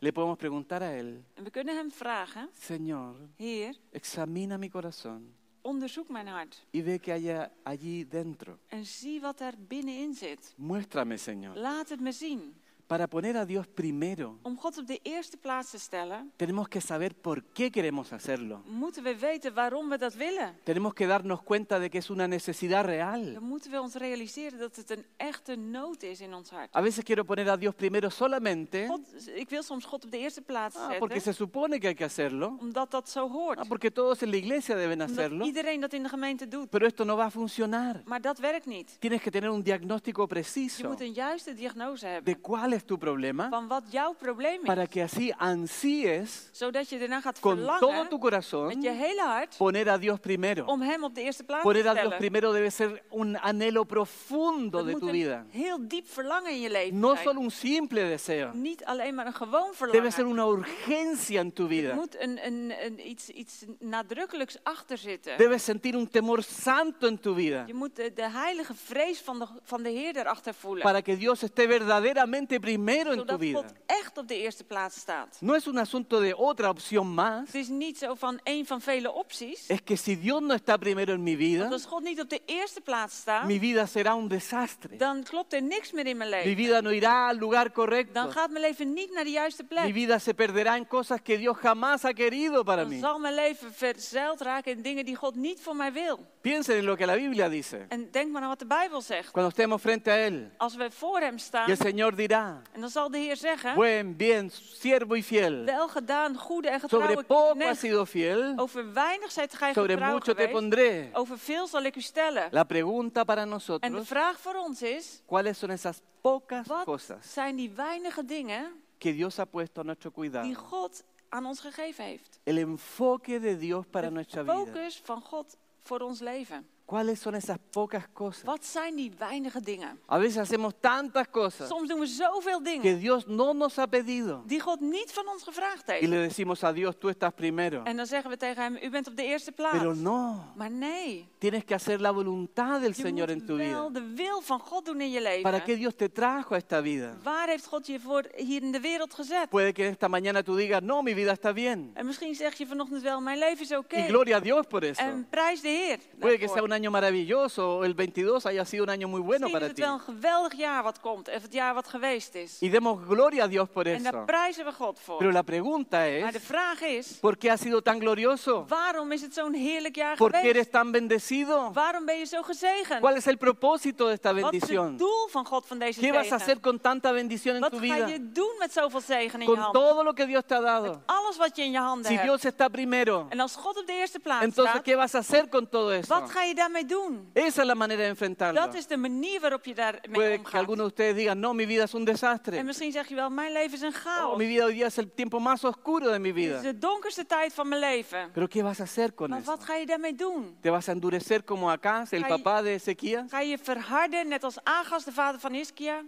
S1: Le podemos preguntar a Él,
S2: En we kunnen hem vragen,
S1: Señor,
S2: Heer,
S1: examina mi corazón
S2: onderzoek mijn hart.
S1: y ve que haya allí dentro.
S2: En zie wat daar binnenin zit.
S1: Muéstrame, Señor.
S2: Laat het me zien.
S1: Para poner a Dios primero,
S2: Om God op de eerste plaats te stellen,
S1: tenemos que saber por qué queremos hacerlo.
S2: moeten we weten waarom we dat willen.
S1: Tenemos que darnos cuenta de que es una necesidad
S2: Dan
S1: real.
S2: moeten we ons realiseren dat het een echte nood is in ons hart.
S1: A veces quiero poner a Dios primero solamente
S2: God, ik wil soms God op de eerste plaats
S1: ah, porque
S2: zetten,
S1: se supone que hay que hacerlo,
S2: omdat dat zo
S1: ah,
S2: hoort.
S1: porque todos en la iglesia deben
S2: Omdat
S1: hacerlo,
S2: iedereen dat in de gemeente doet.
S1: pero esto no va a funcionar.
S2: Maar dat werkt niet.
S1: Tienes que tener un diagnóstico
S2: Je
S1: preciso
S2: moet een juiste diagnose
S1: de
S2: hebben
S1: cuál es tu problema
S2: van wat jouw probleem
S1: para
S2: is.
S1: que así ansíes
S2: Zodat je daarna gaat
S1: con todo tu
S2: verlangen
S1: corazón
S2: met je hele hart
S1: poner a Dios primero.
S2: om hem op de eerste plaats te
S1: Poner a Dios
S2: stellen.
S1: primero debe ser un anhelo profundo
S2: Dat
S1: de
S2: moet
S1: tu vida.
S2: een heel diep verlangen in je leven
S1: No
S2: zijn.
S1: solo un simple deseo,
S2: Niet alleen maar een gewoon
S1: debe
S2: verlangen.
S1: ser una urgencia en tu
S2: Er
S1: vida.
S2: moet een, een, een, iets, iets nadrukkelijks achter zitten.
S1: Debes sentir un temor santo en tu vida
S2: Je moet de, de heilige vrees van de, van de Heer erachter voelen.
S1: para que Dios esté verdaderamente primero en tu
S2: zodat
S1: vida.
S2: God echt op de eerste plaats staat.
S1: No es un asunto de otra opción más,
S2: Het is niet zo van één van vele opties.
S1: es que si Dios no está primero en mi vida,
S2: Want als God niet op de eerste plaats staat,
S1: mi vida será un desastre.
S2: dan klopt er niks meer in mijn
S1: Mi
S2: leven.
S1: vida no irá al lugar correcto.
S2: Dan gaat mijn leven niet naar de juiste
S1: Mi
S2: plek.
S1: vida se perderá en cosas que Dios jamás ha querido para
S2: Dan
S1: mí.
S2: zal mijn leven verzeild raken in dingen die God niet voor mij wil.
S1: Piensen en lo que la Biblia dice.
S2: En denk maar aan wat de Bijbel zegt.
S1: Cuando estemos frente a Él,
S2: Als we voor hem
S1: y
S2: staan,
S1: el Señor dirá,
S2: en dan zal de Heer zeggen...
S1: buen, bien, siervo y fiel.
S2: Wel gedaan, goede en
S1: Sobre
S2: getrouwe
S1: poco has
S2: knecht.
S1: sido fiel,
S2: Over weinig zijt gij
S1: sobre
S2: getrouw
S1: mucho te
S2: geweest.
S1: pondré.
S2: Over veel zal ik u stellen.
S1: La pregunta para
S2: En de
S1: nosotros,
S2: vraag voor ons is,
S1: ¿cuáles son esas pocas
S2: wat
S1: cosas
S2: zijn die weinige dingen
S1: que Dios ha puesto a nuestro
S2: die
S1: cuidado?
S2: God aan ons gegeven heeft?
S1: El enfoque de Dios para nuestra
S2: De
S1: vida.
S2: focus van God voor ons leven.
S1: ¿Cuáles son esas pocas cosas?
S2: Wat zijn die weinige dingen?
S1: A veces hacemos tantas cosas
S2: Soms doen we zoveel
S1: que
S2: dingen
S1: Dios no nos ha pedido.
S2: die God niet van ons gevraagd
S1: Y le
S2: heeft.
S1: decimos a Dios, tú estás primero.
S2: En dan zeggen we tegen hem, u bent op de eerste
S1: Pero
S2: plaats.
S1: no,
S2: Maar nee,
S1: tienes que hacer la voluntad del
S2: je
S1: Señor en
S2: moet
S1: tu vida.
S2: wel de wil van God doen in je
S1: ¿Para qué
S2: leven.
S1: Dios te trajo a esta vida?
S2: Waar heeft God je voor hier in de wereld gezet?
S1: Puede que esta mañana tú digas, no, mi vida está bien.
S2: En misschien zeg je vanochtend wel, mijn leven is oké.
S1: Y gloria a Dios por eso.
S2: En prijs de Heer.
S1: Puede que
S2: daarvoor.
S1: sea un año maravilloso, o el 22 haya sido un año muy bueno
S2: Misschien is
S1: para
S2: het
S1: ti.
S2: wel een geweldig jaar wat komt. Of het jaar wat geweest is.
S1: Y demos gloria a Dios por
S2: En daar
S1: eso.
S2: prijzen we God
S1: Pero
S2: voor.
S1: la pregunta
S2: Maar de
S1: es,
S2: vraag is,
S1: ¿por qué ha sido tan glorioso?
S2: waarom is het zo'n heerlijk jaar
S1: ¿Por qué
S2: geweest?
S1: eres tan bendecido?
S2: Waarom ben je zo gezegend?
S1: ¿Cuál es el propósito de esta
S2: Wat is het
S1: bendición?
S2: doel van God van deze
S1: ¿Qué vas a hacer
S2: zegen?
S1: con tanta bendición en
S2: Wat
S1: tu
S2: ga
S1: vida?
S2: je doen met zoveel zegen in je
S1: Con
S2: hand?
S1: todo lo que Dios te ha dado.
S2: Alles wat je in je handen
S1: Si
S2: hebt.
S1: Dios está primero,
S2: En als God op de eerste plaats
S1: entonces
S2: staat,
S1: ¿qué vas a hacer con todo eso?
S2: wat ga je daarmee doen?
S1: Esa es la manera de enfrentarlo.
S2: Dat is de manier waarop je daarmee
S1: Puede que
S2: omgaat.
S1: algunos de ustedes digan, no, mi vida es un desastre.
S2: En misschien zeg je wel, mijn leven is een
S1: Oh,
S2: chaos.
S1: mi vida hoy día es el tiempo más oscuro de mi
S2: Dit is
S1: vida.
S2: de donkerste tijd van mijn leven.
S1: Pero ¿qué vas a hacer con
S2: Maar
S1: eso?
S2: wat ga je daarmee doen?
S1: ¿Te vas a endurecer como Acaz, el
S2: Ga je-
S1: papá de Ezequías?
S2: Ga je je verharden, net als Agas, de vader van Hiskia?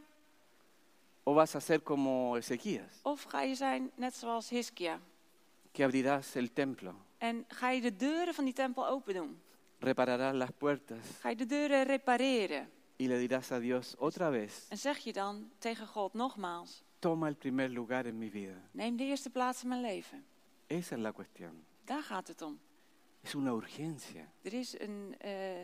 S1: ¿O vas a ser como Ezequías,
S2: Of ga je zijn net zoals Hiskia?
S1: que abrirás el templo,
S2: En ga je de deuren van die tempel open doen?
S1: repararás las puertas
S2: Ga je de deuren repareren?
S1: y le dirás a Dios otra vez,
S2: En zeg je dan tegen God nogmaals,
S1: toma el primer lugar en mi vida?
S2: neem de eerste plaats in mijn leven.
S1: Esa es la cuestión.
S2: Daar gaat het om.
S1: Es una urgencia.
S2: Er is een, eh,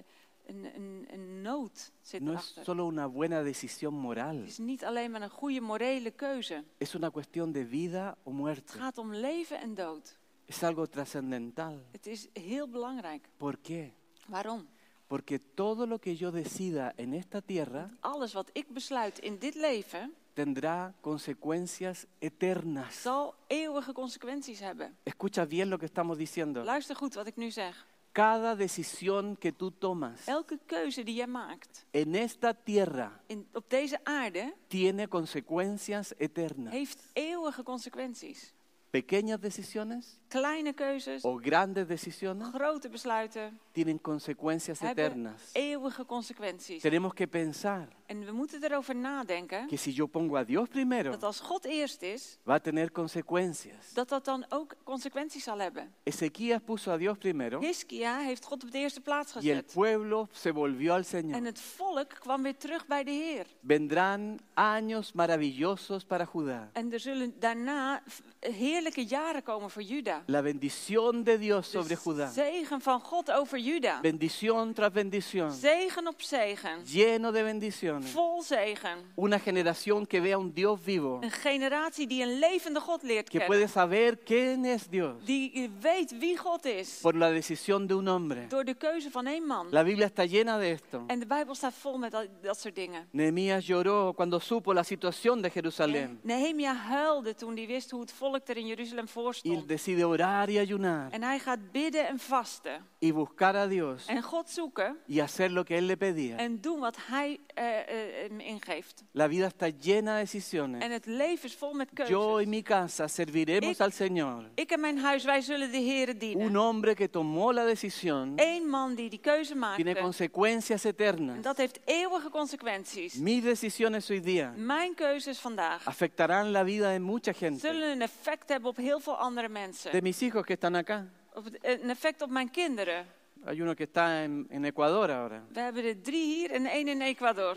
S2: een, een, een nood zit
S1: No es
S2: erachter.
S1: solo una buena decisión
S2: Het
S1: moral,
S2: is niet alleen maar een goede morele keuze.
S1: es una cuestión de vida o muerte.
S2: Het gaat om leven en dood.
S1: Es algo trascendental.
S2: Het is heel belangrijk.
S1: ¿Por qué?
S2: Waarom?
S1: Porque todo lo que yo decida en esta tierra
S2: Alles wat ik besluit in dit leven
S1: tendrá consecuencias eternas.
S2: zal eeuwige consequenties hebben.
S1: Escucha bien lo que estamos diciendo.
S2: Luister goed wat ik nu zeg.
S1: Cada decisión que tú tomas
S2: Elke keuze die jij maakt
S1: en esta tierra
S2: in, op deze aarde
S1: tiene consecuencias eternas.
S2: heeft eeuwige consequenties.
S1: Pequeñas decisiones
S2: Kleine keuzes,
S1: o grandes decisiones
S2: grote besluiten
S1: tienen consecuencias
S2: hebben
S1: eternas.
S2: eeuwige consequenties.
S1: Tenemos que pensar
S2: En we moeten erover nadenken
S1: que si yo pongo a Dios primero,
S2: dat als God eerst is,
S1: va a tener consecuencias.
S2: dat dat dan ook consequenties zal hebben.
S1: Ezequías puso a Dios primero
S2: Hiskia heeft God op de eerste plaats
S1: y el
S2: gezet.
S1: pueblo se volvió al
S2: En
S1: Señor.
S2: het volk kwam weer terug bij de Heer.
S1: Vendrán años maravillosos para Judá.
S2: En er zullen daarna v- heerlijke jaren komen voor Juda.
S1: La bendición de Dios
S2: De
S1: sobre Judá.
S2: Zegen van God over Juda.
S1: Bendición tras bendición.
S2: Zegen op zegen.
S1: Lleno de bendiciones.
S2: Vol zegen.
S1: Una generación que vea un Dios vivo,
S2: Een generatie die een levende God leert
S1: que
S2: kennen.
S1: puede saber quién es Dios
S2: Die weet wie God is.
S1: por la decisión de un hombre.
S2: Door de keuze van één man.
S1: La Biblia está llena de esto.
S2: En de Bijbel staat vol met dat, dat soort dingen.
S1: Nehemías lloró cuando supo la situación de Jerusalén.
S2: Nehemia huilde toen hij wist hoe het volk er in Jeruzalem voor
S1: Y él
S2: stond.
S1: decide orar y ayunar
S2: En hij gaat bidden en vasten.
S1: y buscar a Dios
S2: En God zoeken.
S1: y hacer lo que él le pedía.
S2: En doen wat hij eh, eh, hem ingeeft.
S1: La vida está llena de decisiones.
S2: En het leven is vol met
S1: Yo y
S2: keuzes.
S1: mi casa serviremos
S2: Ik-
S1: al Señor.
S2: Ik en mijn huis, wij zullen de Heeren
S1: Un
S2: dienen.
S1: hombre que tomó la decisión
S2: Eén man die die keuze
S1: tiene
S2: maakte.
S1: consecuencias
S2: En
S1: eternas.
S2: dat heeft eeuwige consequenties.
S1: Mis decisiones hoy día
S2: Mijn keuzes vandaag
S1: afectarán la vida de mucha gente.
S2: zullen een effect hebben op heel veel andere
S1: De
S2: mensen.
S1: mis hijos que están acá.
S2: Op het- een effect op mijn kinderen.
S1: Hay uno que está en, en Ecuador ahora.
S2: We hebben er drie hier en één in Ecuador.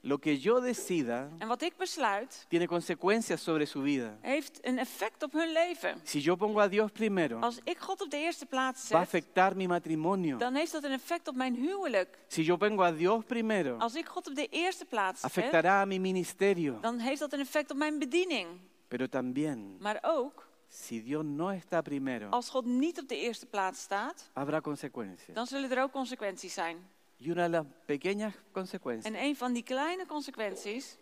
S1: Lo que yo decida
S2: En wat ik besluit,
S1: tiene consecuencias sobre su vida.
S2: heeft een effect op hun leven.
S1: Si yo pongo a Dios primero,
S2: Als ik God op de eerste plaats
S1: va a
S2: zet,
S1: afectar mi matrimonio.
S2: dan heeft dat een effect op mijn huwelijk.
S1: Si yo pongo a Dios primero,
S2: Als ik God op de eerste plaats zet,
S1: afectará a mi ministerio.
S2: dan heeft dat een effect op mijn bediening.
S1: Pero también,
S2: Maar ook
S1: si Dios no está primero,
S2: als God niet op de eerste plaats staat,
S1: habrá consecuencias.
S2: dan zullen er ook consequenties zijn.
S1: Y una de las pequeñas
S2: En
S1: consecuencias
S2: een van die kleine consequenties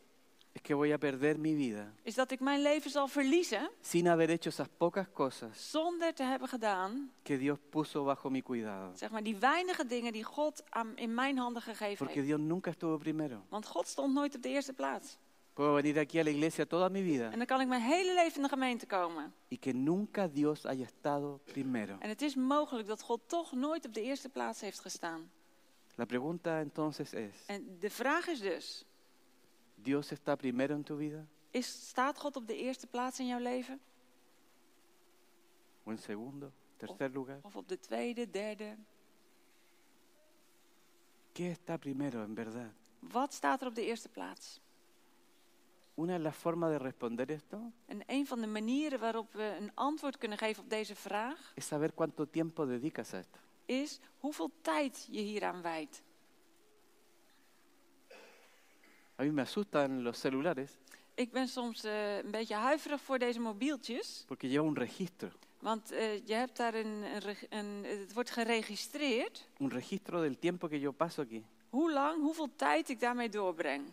S1: es que voy a perder mi vida
S2: is dat ik mijn leven zal verliezen
S1: sin haber hecho esas pocas cosas
S2: zonder te hebben gedaan,
S1: que Dios puso bajo mi cuidado.
S2: zeg maar, die weinige dingen die God aan, in mijn handen gegeven
S1: Porque
S2: heeft.
S1: Dios nunca estuvo primero.
S2: Want God stond nooit op de eerste plaats.
S1: Puedo venir aquí a la iglesia toda mi vida
S2: En dan kan ik mijn hele leven in de gemeente komen.
S1: y que nunca Dios haya estado primero.
S2: En het is mogelijk dat God toch nooit op de eerste plaats heeft gestaan.
S1: La pregunta entonces es,
S2: En de vraag is dus,
S1: ¿Dios está primero en tu vida?
S2: is, staat God op de eerste plaats in jouw leven?
S1: ¿O en segundo? ¿Tercer lugar?
S2: Of op de tweede, derde?
S1: ¿Qué está primero en verdad?
S2: Wat staat er op de eerste plaats?
S1: Una de las formas de responder esto
S2: En een van de manieren waarop we een antwoord kunnen geven op deze vraag
S1: es saber cuánto tiempo dedicas a esto.
S2: is hoeveel tijd je hieraan wijdt.
S1: A mí me asustan los celulares
S2: Ik ben soms eh, een beetje huiverig voor deze mobieltjes,
S1: porque lleva un registro,
S2: want eh, je hebt daar een, een, reg- een- het wordt geregistreerd
S1: un registro del tiempo que yo paso aquí.
S2: hoe lang, hoeveel tijd ik daarmee doorbreng.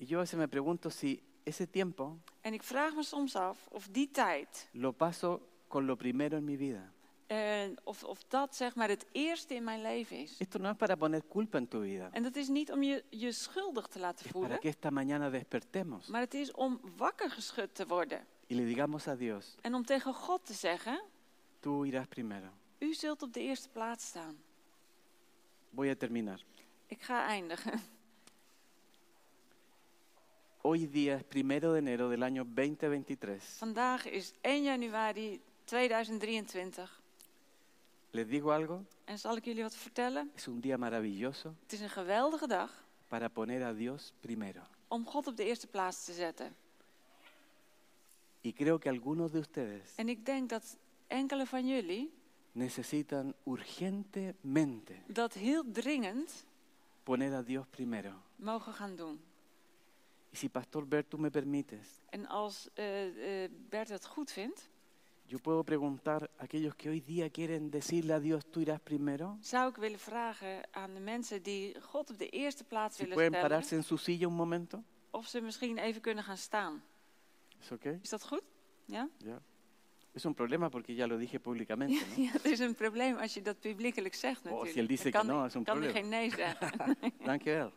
S1: Y yo a veces me pregunto si ese tiempo
S2: En ik vraag me soms af of die tijd,
S1: lo paso con lo primero en mi vida.
S2: eh, of, of dat zeg maar het eerste in mijn leven is.
S1: Esto no es para poner culpa en tu vida,
S2: En dat is niet om je, je schuldig te laten
S1: es para
S2: voelen,
S1: que esta mañana despertemos
S2: maar het is om wakker geschud te worden.
S1: y le digamos a Dios,
S2: En om tegen God te zeggen,
S1: tú irás primero.
S2: U zult op de eerste plaats staan.
S1: Voy a terminar.
S2: Ik ga eindigen.
S1: Hoy día es primero de enero del año 2023.
S2: Vandaag is 1 januari 2023.
S1: Les digo algo,
S2: En zal ik jullie wat vertellen?
S1: es un día maravilloso
S2: Het is een geweldige dag
S1: para poner a Dios primero.
S2: om God op de eerste plaats te zetten.
S1: Y creo que algunos de ustedes
S2: En ik denk dat enkele van jullie
S1: necesitan urgentemente
S2: dat heel dringend
S1: poner a Dios primero.
S2: mogen gaan doen.
S1: Y si Pastor Bert, tú me permites,
S2: En als eh, eh, Bert het goed vindt,
S1: yo puedo preguntar a aquellos que hoy día quieren decirle a Dios, tú irás primero,
S2: zou ik willen vragen aan de mensen die God op de eerste plaats
S1: si
S2: willen
S1: pueden
S2: stellen,
S1: pararse en su silla un momento.
S2: of ze misschien even kunnen gaan staan.
S1: ¿Es ok?
S2: Is dat goed? Ja?
S1: Ya. Es un problema porque ya lo dije públicamente. ¿no?
S2: Ja, het is een probleem als je dat publiekelijk zegt
S1: Oh, als
S2: natuurlijk.
S1: je al die
S2: Dan
S1: zegt,
S2: kan,
S1: nou, is een
S2: kan er
S1: probleem.
S2: geen nee zeggen.
S1: Dankjewel.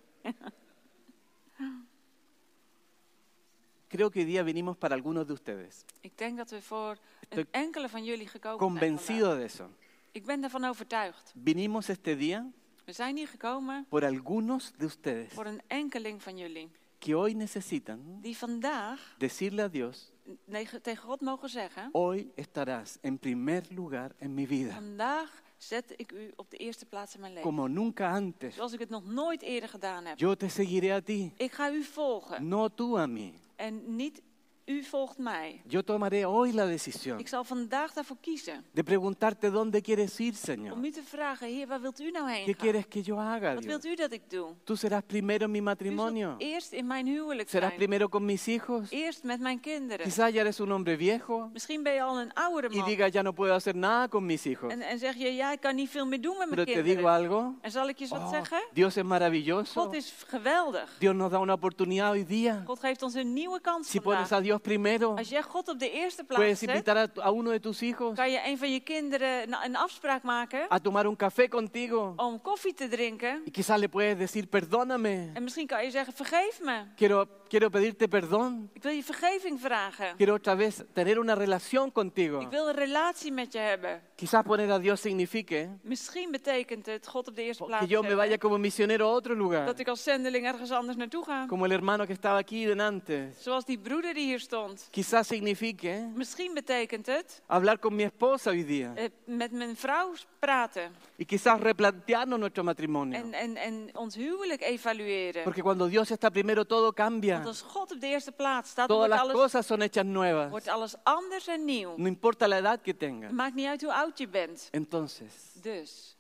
S1: Creo que hoy día venimos para algunos de ustedes,
S2: Ik denk dat we voor
S1: Estoy
S2: een enkele van jullie gekomen zijn. vandaag.
S1: convencido de eso.
S2: Ik ben daarvan overtuigd.
S1: Vinimos este día
S2: We zijn hier gekomen
S1: por algunos de ustedes
S2: voor een enkeling van jullie.
S1: que hoy necesitan
S2: Die vandaag
S1: decirle a Dios,
S2: neg- tegen God mogen zeggen...
S1: hoy estarás en primer lugar en mi vida,
S2: Vandaag zet ik u op de eerste plaats in mijn leven.
S1: como nunca antes.
S2: Zoals ik het nog nooit eerder gedaan heb.
S1: Yo te seguiré a ti,
S2: Ik ga u volgen.
S1: no tú a mí.
S2: En niet u volgt mij.
S1: Yo tomaré hoy la decisión
S2: Ik zal vandaag daarvoor kiezen.
S1: de preguntarte dónde quieres ir,
S2: Om
S1: Señor.
S2: u te vragen, heer, waar wilt u nou heen
S1: ¿Qué
S2: gaan?
S1: quieres que yo haga,
S2: Wat
S1: Dios?
S2: wilt u dat ik doe?
S1: Tú serás primero en mi
S2: U zult
S1: matrimonio.
S2: eerst in mijn huwelijk
S1: ¿Serás
S2: zijn.
S1: primero con mis hijos?
S2: Eerst met mijn kinderen.
S1: Quizás ya eres un hombre viejo
S2: Misschien ben je al een oudere
S1: y
S2: man.
S1: diga ya no puedo hacer nada con mis hijos.
S2: En, en zeg je, ja, ik kan niet veel meer doen met
S1: Pero
S2: mijn
S1: te digo
S2: kinderen.
S1: algo.
S2: En zal ik je eens wat
S1: oh,
S2: zeggen?
S1: Dios es maravilloso.
S2: God is geweldig.
S1: Dios nos da una oportunidad hoy día.
S2: God geeft ons een nieuwe kans
S1: Si pones
S2: vandaag.
S1: a Dios primero,
S2: Als jij God op de eerste plaats
S1: puedes
S2: zet,
S1: invitar a, tu- a uno de tus hijos
S2: Kan je een van je kinderen na- een afspraak maken
S1: a tomar un café contigo.
S2: om koffie te drinken?
S1: Y quizás le puedes decir, perdóname.
S2: En misschien kan je zeggen, vergeef me.
S1: Quiero, quiero pedirte perdón.
S2: Ik wil je vergeving vragen.
S1: Quiero otra vez tener una relación
S2: Ik
S1: contigo.
S2: wil een relatie met je hebben.
S1: Quizás poner a Dios signifique
S2: Misschien betekent het God op de eerste
S1: que
S2: plaats
S1: yo me
S2: zetten,
S1: vaya como misionero a otro
S2: dat
S1: lugar,
S2: ik als zendeling ergens anders naartoe ga.
S1: como el hermano que estaba aquí delante.
S2: Zoals die broeder die hier stond.
S1: Quizás signifique
S2: Misschien betekent het
S1: hablar con mi esposa hoy día
S2: eh, met mijn vrouw praten
S1: y quizás replantearnos nuestro
S2: en,
S1: matrimonio.
S2: en, en ons huwelijk evalueren.
S1: Porque cuando Dios está primero todo cambia.
S2: Want als God op de eerste plaats staat,
S1: Todas
S2: wordt
S1: las
S2: alles,
S1: cosas son hechas nuevas.
S2: wordt alles anders en nieuw.
S1: No importa la edad que tengas.
S2: Het maakt niet uit hoe oud je bent.
S1: Entonces,
S2: Dus,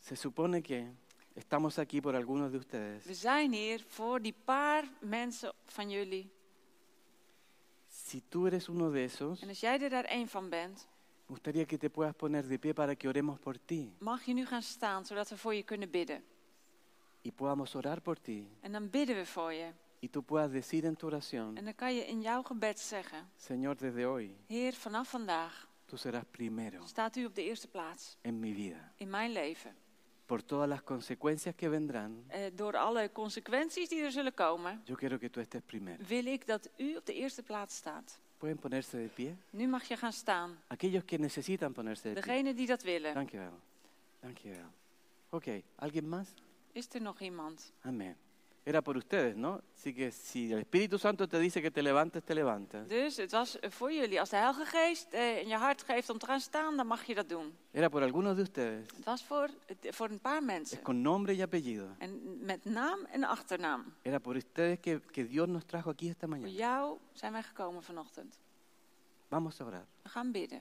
S1: se supone que estamos aquí por algunos de
S2: we
S1: ustedes.
S2: zijn hier voor die paar mensen van jullie.
S1: Si tú eres uno de esos,
S2: En
S1: me
S2: als jij er daar één van bent,
S1: gustaría que te puedas poner de pie para que oremos por ti
S2: mag je nu gaan staan, zodat we voor je kunnen bidden.
S1: y podamos orar por ti
S2: En dan bidden we voor je.
S1: y tú puedas decir en tu
S2: En
S1: oración,
S2: dan kan je in jouw gebed zeggen,
S1: Señor, desde hoy
S2: Heer, vanaf vandaag
S1: tú serás primero
S2: staat u op de eerste plaats
S1: en mi vida,
S2: in mijn leven.
S1: por todas las consecuencias que vendrán.
S2: Eh, door alle consequenties die er zullen komen,
S1: Yo quiero que tú estés primero.
S2: wil ik dat u op de eerste plaats staat.
S1: ¿Pueden ponerse de pie?
S2: Nu mag je gaan staan.
S1: Aquellos que necesitan ponerse de pie.
S2: Degene die dat willen.
S1: Dankjewel. Dankjewel. Ok, ¿alguien más?
S2: Is er nog iemand?
S1: Amén. Era por ustedes, ¿no? Así que si el Espíritu Santo te dice que te levantes, te levantas.
S2: Dus het was eh, voor jullie. Als de Heilige Geest eh, in je hart geeft om te gaan staan, dan mag je dat doen.
S1: Era por algunos de ustedes.
S2: Het was voor, het- voor een paar mensen.
S1: Es con nombre y apellido.
S2: En met naam en achternaam.
S1: Era por ustedes que, que Dios nos trajo aquí esta
S2: Voor
S1: mañana.
S2: jou zijn wij gekomen vanochtend.
S1: Vamos a orar.
S2: We gaan bidden.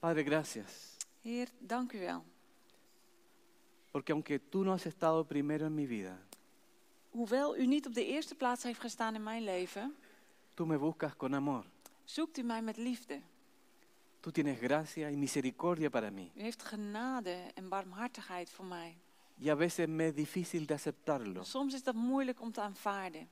S1: Padre, gracias.
S2: Heer, dank u wel.
S1: Porque aunque tú no has estado primero en mi vida,
S2: Hoewel u niet op de eerste plaats heeft gestaan in mijn leven,
S1: tú me buscas con amor.
S2: zoekt u mij met liefde.
S1: Tú tienes gracia y misericordia para mí.
S2: U heeft genade en barmhartigheid voor mij.
S1: Y a veces me es difícil de aceptarlo.
S2: Soms is dat moeilijk om te aanvaarden.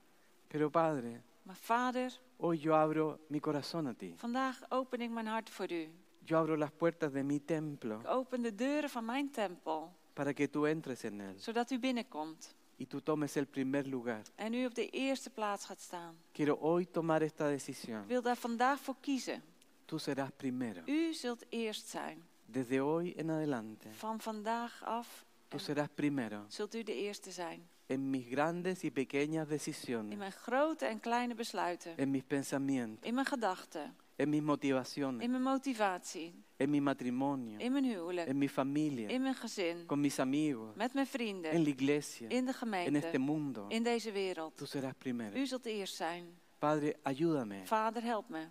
S1: Pero Padre,
S2: Maar vader,
S1: hoy yo abro mi corazón a ti.
S2: vandaag open ik mijn hart voor u.
S1: Yo abro las puertas de mi templo
S2: Ik open de deuren van mijn tempel,
S1: para que tú entres en él
S2: zodat u binnenkomt
S1: y tú tomes el primer lugar.
S2: en u op de eerste plaats gaat staan.
S1: Quiero hoy tomar esta
S2: Ik
S1: decisión.
S2: wil daar vandaag voor kiezen.
S1: Tú serás primero.
S2: U zult eerst zijn.
S1: Desde hoy en adelante,
S2: Van vandaag af
S1: tú serás primero
S2: zult u de eerste zijn.
S1: en mis grandes y pequeñas
S2: In
S1: decisiones,
S2: mijn grote en kleine besluiten.
S1: en mis pensamientos,
S2: In mijn gedachten.
S1: en mis motivaciones,
S2: In mijn motivatie.
S1: en mi matrimonio,
S2: In mijn huwelijk.
S1: en mi familia,
S2: In mijn gezin.
S1: con mis amigos,
S2: Met mijn
S1: en
S2: vrienden.
S1: la iglesia,
S2: In de
S1: en Em- este
S2: gemeente.
S1: mundo.
S2: In deze wereld.
S1: Tú serás primero.
S2: U zult eerst zijn.
S1: Padre, ayúdame.
S2: Vader, help me.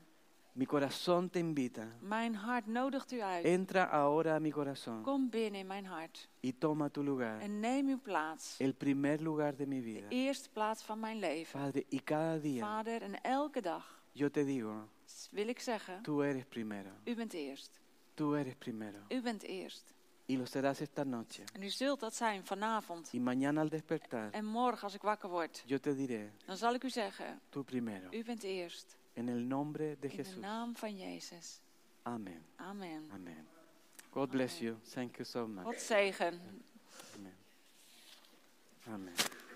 S1: Mi corazón te invita.
S2: Mijn hart nodigt u uit.
S1: Entra ahora a mi corazón
S2: Kom binnen in mijn hart
S1: y toma tu lugar,
S2: en neem uw plaats.
S1: el primer lugar de mi
S2: De
S1: vida.
S2: eerste plaats van mijn leven.
S1: Padre, y cada día
S2: Vader, en elke dag
S1: yo te digo,
S2: wil ik zeggen,
S1: tú eres primero,
S2: u bent eerst.
S1: tú eres primero.
S2: U bent eerst.
S1: Y lo serás esta noche.
S2: En u zult dat zijn vanavond.
S1: Y mañana al despertar,
S2: En morgen als ik wakker word,
S1: yo te diré,
S2: dan zal ik u zeggen,
S1: tú primero.
S2: u bent eerst.
S1: En el nombre de
S2: In de
S1: Jesús.
S2: naam van Jezus.
S1: Amén.
S2: Amen.
S1: Amen. God bless you. Thank you so much.
S2: God zegen.
S1: Amen. Amen.